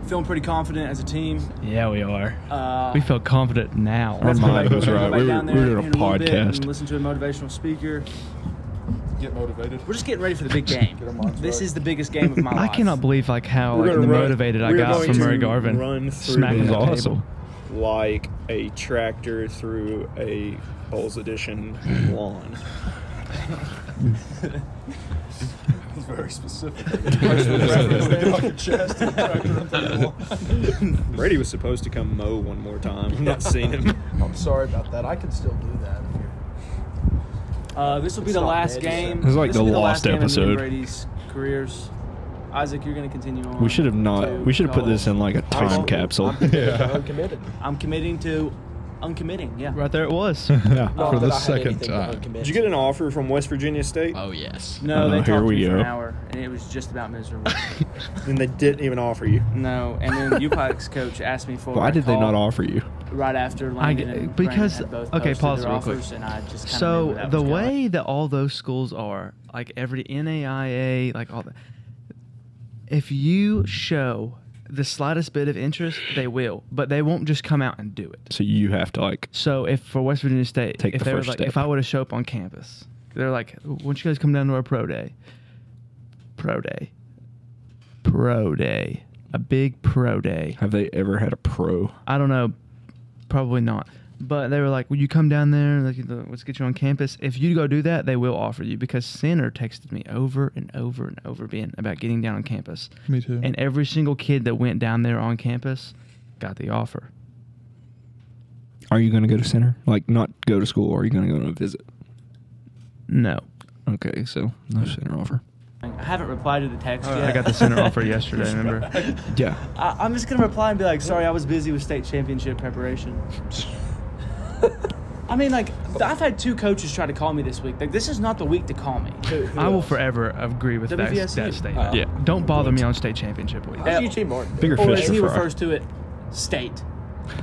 S10: Feeling pretty confident as a team.
S2: Yeah, we are.
S10: Uh,
S2: We feel confident now.
S10: That's
S3: Our
S10: what
S3: mind
S10: I-
S3: was
S10: we're
S3: right.
S10: gonna go back
S3: We were-
S10: down
S3: we were
S10: there
S3: doing a
S10: in little bit
S3: podcast.
S10: and Listen to a motivational speaker.
S5: Get motivated.
S10: We're just getting ready for the big game.
S5: our minds
S10: this
S5: right.
S10: is the biggest game of my
S2: I
S10: life.
S2: cannot believe like how
S11: We're
S2: like
S11: gonna
S2: the
S11: run-
S2: motivated I
S11: we're
S2: got
S11: going
S2: from Murray
S11: to
S2: Garvin.
S11: run through
S2: smacking
S3: It was
S2: the table.
S3: awesome.
S11: Like a tractor through a Bulls Edition lawn.
S10: Very specific.
S11: Brady was supposed to come mow one more time. I've not seen him.
S6: I'm sorry about that. I can still do that. If you're...
S10: Uh, this will be the
S11: not
S10: last
S11: dead,
S10: game.
S3: This is like
S10: will
S3: the
S10: be
S3: lost
S10: last game in me and
S3: episode.
S10: Brady's careers. Isaac, you're going to continue on.
S3: We should have
S10: to
S3: not. We should have put
S10: go.
S3: this in like a time capsule.
S5: Yeah.
S10: I'm committing to uncommitting. Yeah.
S2: Right there it was.
S3: Yeah.
S5: For the second time.
S11: Did you get an offer from West Virginia State?
S6: Oh yes.
S10: No,
S3: Oh,
S10: they
S3: here
S10: talked to
S3: we
S10: me for
S3: go.
S10: an hour, and it was just about miserable.
S11: And they didn't even offer you.
S10: no, and then UPAC's coach asked me for.
S3: Why
S10: a
S3: did they
S10: call
S3: not offer you?
S10: Right after Landon
S2: get-
S10: and
S2: because-
S10: Brandon had both
S2: okay,
S10: posted
S2: pause
S10: their
S2: real quick.
S10: offers, and I just kinda knew where
S2: So
S10: that
S2: the
S10: was going.
S2: way that all those schools are, like every NAIA, like all that, if you show the slightest bit of interest, they will, but they won't just come out and do it.
S3: So you have to like.
S2: So if for West Virginia State,
S3: Take
S2: if
S3: the
S2: they were
S3: first
S2: like,
S3: step.
S2: if I would have show up on campus, they're like, "Why don't you guys come down to our pro day? Pro day, pro day, a big pro day."
S3: Have they ever had a pro?
S2: I don't know, probably not. But they were like, "Will you come down there? Like, uh, let's get you on campus. If you go do that, they will offer you." Because Center texted me over and over and over again about getting down on campus,
S5: Me too.
S2: and every single kid that went down there on campus got the offer.
S3: Are you going to go to center? Like not go to school? Or are you going to go on a visit?
S2: No,
S3: Okay, so no center offer.
S10: I haven't replied to the text yet.
S2: I got the Center offer yesterday. Remember?
S3: Yeah.
S10: I, I'm just gonna reply and be like, "Sorry, I was busy with state championship preparation." I mean, like, I've had two coaches try to call me this week. Like, this is not the week to call me.
S2: I will forever agree with that,
S10: WVSU.
S2: that statement.
S3: Yeah.
S2: Don't bother me on state championship week.
S10: L,
S3: Bigger
S10: or
S3: fish
S10: as
S3: to
S10: he
S3: fry.
S10: refers to it, state.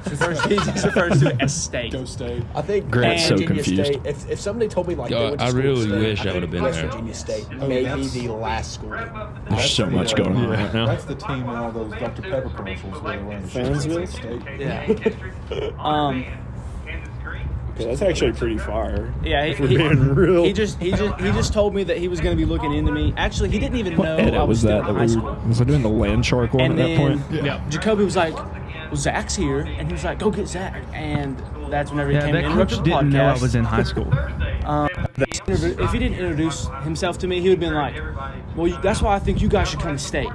S10: He's referring to it as state.
S9: Go state.
S7: I think
S3: Grant's so
S7: West Virginia
S3: confused.
S7: State. If, if somebody told me like
S4: God,
S7: they went to
S4: I
S7: school
S4: really
S7: state,
S4: wish I
S7: think
S4: would've been
S7: West
S4: there.
S7: Virginia State
S9: Oh,
S7: may be
S9: that's-
S7: the last school.
S3: There's so
S9: the,
S3: much
S9: uh,
S3: going on
S9: yeah.
S3: right now.
S7: the team in all those Dr. Pepper commercials that are around.
S10: Fansville?
S7: State.
S10: Um,
S7: Okay, that's actually pretty fire.
S10: yeah, he,
S3: We're
S10: he,
S3: being real.
S10: he just he just he just told me that he was going to be looking into me. Actually, he didn't even know
S3: What edit
S10: I was
S3: was
S10: still
S3: that?
S10: in
S3: that
S10: high
S3: we
S10: school.
S3: were, was I doing the land shark one
S10: And
S3: at that
S10: then
S3: point?
S10: Jacoby was like, well, Zach's here, and he was like, go get Zach. And that's whenever he
S2: Yeah,
S10: came to
S2: that coach
S10: interrupt the
S2: didn't know I
S10: podcast.
S2: was in high school.
S10: Um, interv- if he didn't introduce himself to me, he would have been like, "Well, you, that's why I think you guys should come to state,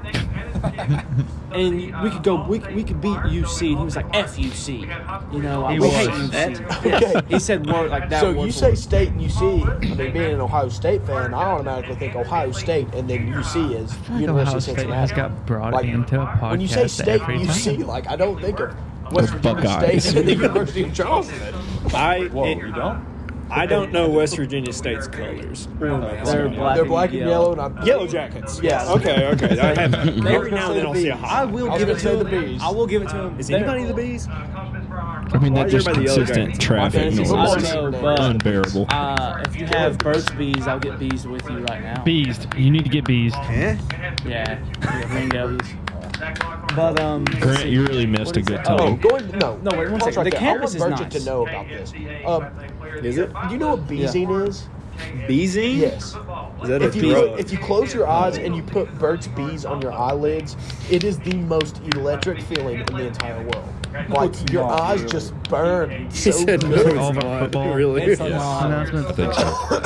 S10: and we could go. We, we could beat UC." And he was like, "F UC," you know. I
S2: He
S10: we
S2: was.
S10: hate
S7: That-
S10: UC. Yeah, he said word like that.
S7: So
S10: word
S7: you
S10: for
S7: say
S10: word.
S7: state and UC, I mean, being an Ohio State fan, I automatically think Ohio State and then UC is
S2: I think
S7: University
S2: Ohio
S7: of
S2: State
S7: Cincinnati.
S2: has got brought
S7: Like,
S2: into a podcast
S7: when you say state
S2: every
S7: and UC,
S2: time.
S7: like I don't think of West
S3: The
S7: Virginia
S3: Buckeyes.
S7: State and the University of Charleston.
S12: I
S7: Whoa,
S12: it-
S7: you don't?
S12: I don't know West Virginia State's colors.
S10: they're black,
S7: They're black and yellow, and I'm
S12: Yellow Jackets.
S7: Yes.
S12: Okay. Okay. I have, every now and then I'll see a
S10: I
S12: hot.
S10: will
S7: I was
S10: give it
S7: gonna
S10: to
S7: say
S10: him.
S7: the bees.
S10: I will give it to him.
S12: Is
S10: They-
S12: anybody the bees?
S3: I mean,
S12: Why
S3: that
S12: is
S3: just
S12: everybody yellow
S3: consistent
S12: jackets?
S3: traffic
S7: Why
S3: noise
S7: is it
S3: is
S7: yellow?
S3: unbearable.
S10: Uh, if you have birds bees, I'll get bees with you right now.
S2: Beezed. You need to get beezed.
S10: Yeah. yeah bingo. But um.
S3: Grant, you really missed a good
S7: Oh,
S3: time.
S7: going no,
S10: No, wait, one
S7: pause
S10: second.
S7: right
S10: The
S7: there.
S10: campus is
S7: I want Virgin
S10: nice.
S7: to know about this. Um, is it? You know what beezing is?
S12: Beezing?
S7: Yes.
S12: Is that
S7: If
S12: a
S7: you
S12: drug?
S7: if you close your eyes and you put Burt's Bees on your eyelids, it is the most electric feeling in the entire world. Like your eyes just burn. So
S12: said no,
S7: good.
S12: it's
S2: All of
S12: not.
S2: our football
S12: It really
S10: It's
S12: is.
S10: a
S2: Yes.
S10: lot.
S2: Announcements.
S4: think so.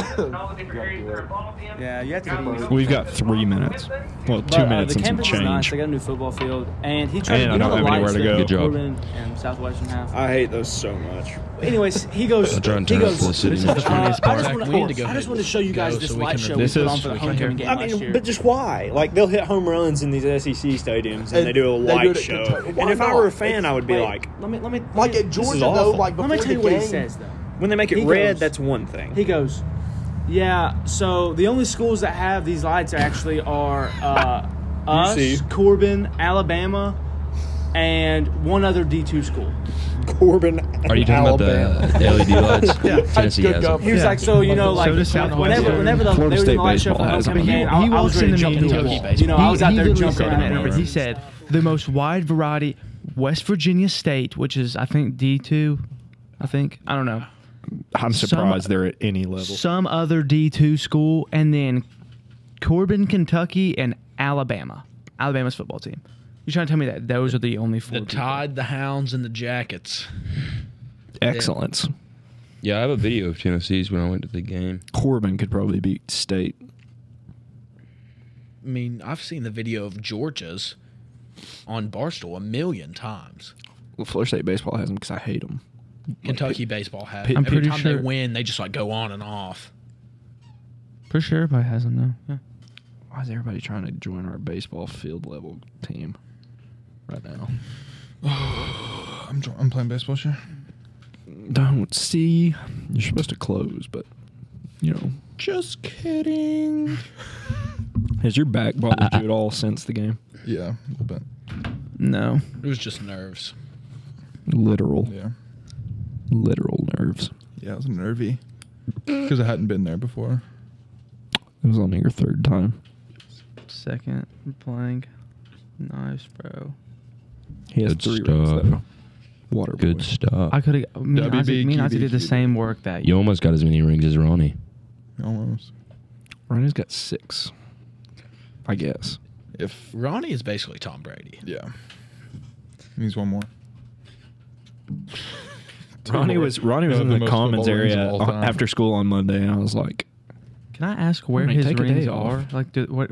S10: Yeah, you have to be.
S3: We've got three minutes. Well,
S10: But,
S3: two
S10: uh,
S3: minutes
S10: the
S3: and some
S10: campus is nice.
S3: change.
S10: They got a new football field, and he tried
S3: And I
S10: to do
S3: don't
S10: the
S3: have anywhere
S10: lights
S3: to
S10: that
S3: go.
S10: the
S4: Good job.
S10: Corbin and Southwestern half.
S12: I hate those so much.
S10: Anyways, he goes.
S4: I'm trying to
S10: he
S4: turn off
S10: goes.
S4: the city.
S10: uh,
S4: next
S10: I
S4: door.
S10: just
S6: Zach,
S10: want
S6: we need to
S10: to.
S6: go ahead
S10: I just want to
S6: and
S10: show you guys
S6: go
S10: this
S6: so we
S10: light
S6: can
S10: show we
S6: review
S2: this.
S10: put on for the
S2: This is-
S10: homecoming game
S12: I
S10: last
S12: mean,
S10: year.
S12: but just why? Like they'll hit home runs in these SEC stadiums, and,
S7: And
S12: they do a
S7: they do
S12: light
S7: it at
S12: show.
S7: Kentucky.
S12: And
S7: Why
S12: if I
S7: not?
S12: were a fan, I would be
S10: Wait,
S12: like,
S10: let me let me let
S7: Like
S10: me-
S7: at Georgia though,
S12: awful.
S7: like before
S10: Let me tell
S7: the
S10: you
S7: game,
S10: what he says though.
S12: when they make it
S10: He
S12: red,
S10: goes-
S12: that's one thing.
S10: He goes, yeah. So the only schools that have these lights are actually are uh, us, Corbin, Alabama, and one other D two school.
S12: Corbin.
S4: Are you talking about the LED lights? yeah. Tennessee has
S7: go
S4: them.
S10: He was
S2: Yeah.
S10: like, so you know,
S2: So
S10: like
S2: does Southwestern.
S10: whenever, whenever the,
S3: Florida
S10: they were
S3: State
S10: in the light show for
S2: Uh,
S3: baseball has
S10: homecoming
S3: them.
S10: game,
S2: He-
S10: I,
S2: he
S10: I was
S2: walks
S10: ready to
S2: into
S10: jump
S2: me
S10: into
S2: and
S10: a
S2: he-
S10: wall. You know, I was out there
S2: literally
S10: jumping
S2: said, I
S10: around.
S2: remember, he said the most wide variety. West Virginia State, which is I think D two, I think I don't know
S3: I'm surprised they're at any level.
S2: some other D two school, and then Corbin, Kentucky, and Alabama. Alabama's football team. You trying to tell me that those are the only four?
S6: The
S2: people?
S6: Tide, the Hounds, and the Jackets.
S3: Excellence.
S4: Yeah, I have a video of Tennessee's when I went to the game.
S3: Corbin could probably beat State.
S6: I mean, I've seen the video of Georgia's on Barstool a million times.
S3: Well, Florida State baseball has them because I hate them.
S6: Kentucky baseball has.
S3: I'm
S6: Every
S2: pretty
S6: time
S2: sure-
S6: they win, they just like go on and off.
S2: Pretty sure everybody has them now. Yeah.
S3: Why is everybody trying to join our baseball field level team right now?
S5: I'm, dr- I'm playing baseball sure.
S3: Don't see. You're supposed to close, but you know.
S5: Just kidding.
S3: Has your back bothered you at all since the game?
S5: Yeah, a little bit.
S2: No.
S6: It was just nerves.
S3: Literal,
S5: Yeah.
S3: literal nerves.
S5: Yeah, I was nervy because I hadn't been there before.
S3: It was only your third time.
S2: Second playing. Nice, bro.
S3: He has
S4: Good
S3: three
S4: stuff.
S3: rings though. Water
S4: Good
S3: boy.
S4: stuff.
S2: I could have. I mean,
S5: WB,
S2: Isaac, me and Isaac
S5: QB.
S2: did the same work that
S4: You
S2: year.
S4: almost got as many rings as Ronnie.
S5: Almost.
S3: Ryan's got six. I guess.
S5: If
S6: Ronnie is basically Tom Brady.
S5: yeah, needs one more. Two
S3: Ronnie
S5: more.
S3: was Ronnie was
S5: Yeah,
S3: in
S5: the
S3: the
S5: most
S3: commons
S5: football rings of
S3: area
S5: all
S3: on-
S5: time.
S3: after school on Monday, and I was like,
S2: Can I ask where
S3: mean,
S2: his
S3: take a
S2: rings
S3: day
S2: are?
S3: off.
S2: Like, do, what?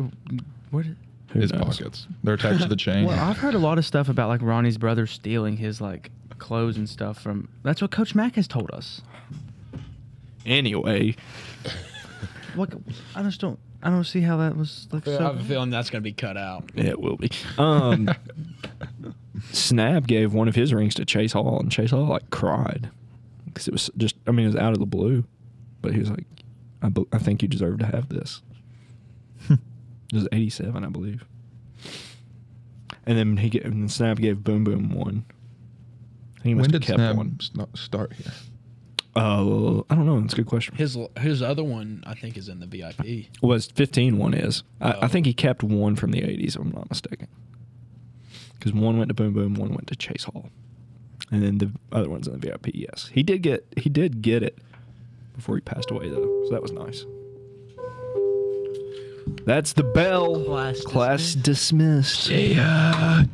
S2: What?
S3: Who
S5: his
S3: knows?
S5: pockets. They're attached to the chain.
S2: Well, I've heard a lot of stuff about like Ronnie's brother stealing his like clothes and stuff from. That's what Coach Mack has told us.
S3: Anyway,
S2: Like, I just don't. I don't see how that was like
S6: I have a
S2: so.
S6: feeling that's going to be cut out.
S3: it will be. Um, Snap gave one of his rings to Chase Hall, and Chase Hall like cried because it was just. I mean, it was out of the blue, but he was like, "I, bel- I think you deserve to have this." it was eighty-seven, I believe. And then he gave, and then Snap gave Boom Boom one. He
S5: when
S3: must have
S5: did
S3: kept
S5: Snap
S3: one.
S5: st- start here?
S3: Oh, I don't know. That's a good question.
S6: His his other one, I think, is in the VIP.
S3: Was 15 one is. I,
S6: Oh.
S3: I think he kept one from the 80s, if I'm not mistaken. Because one went to Boom Boom, one went to Chase Hall. And then the other one's in the VIP, yes. He did get he did get it before he passed away though. So that was nice. That's the bell. Class dismissed. Yeah.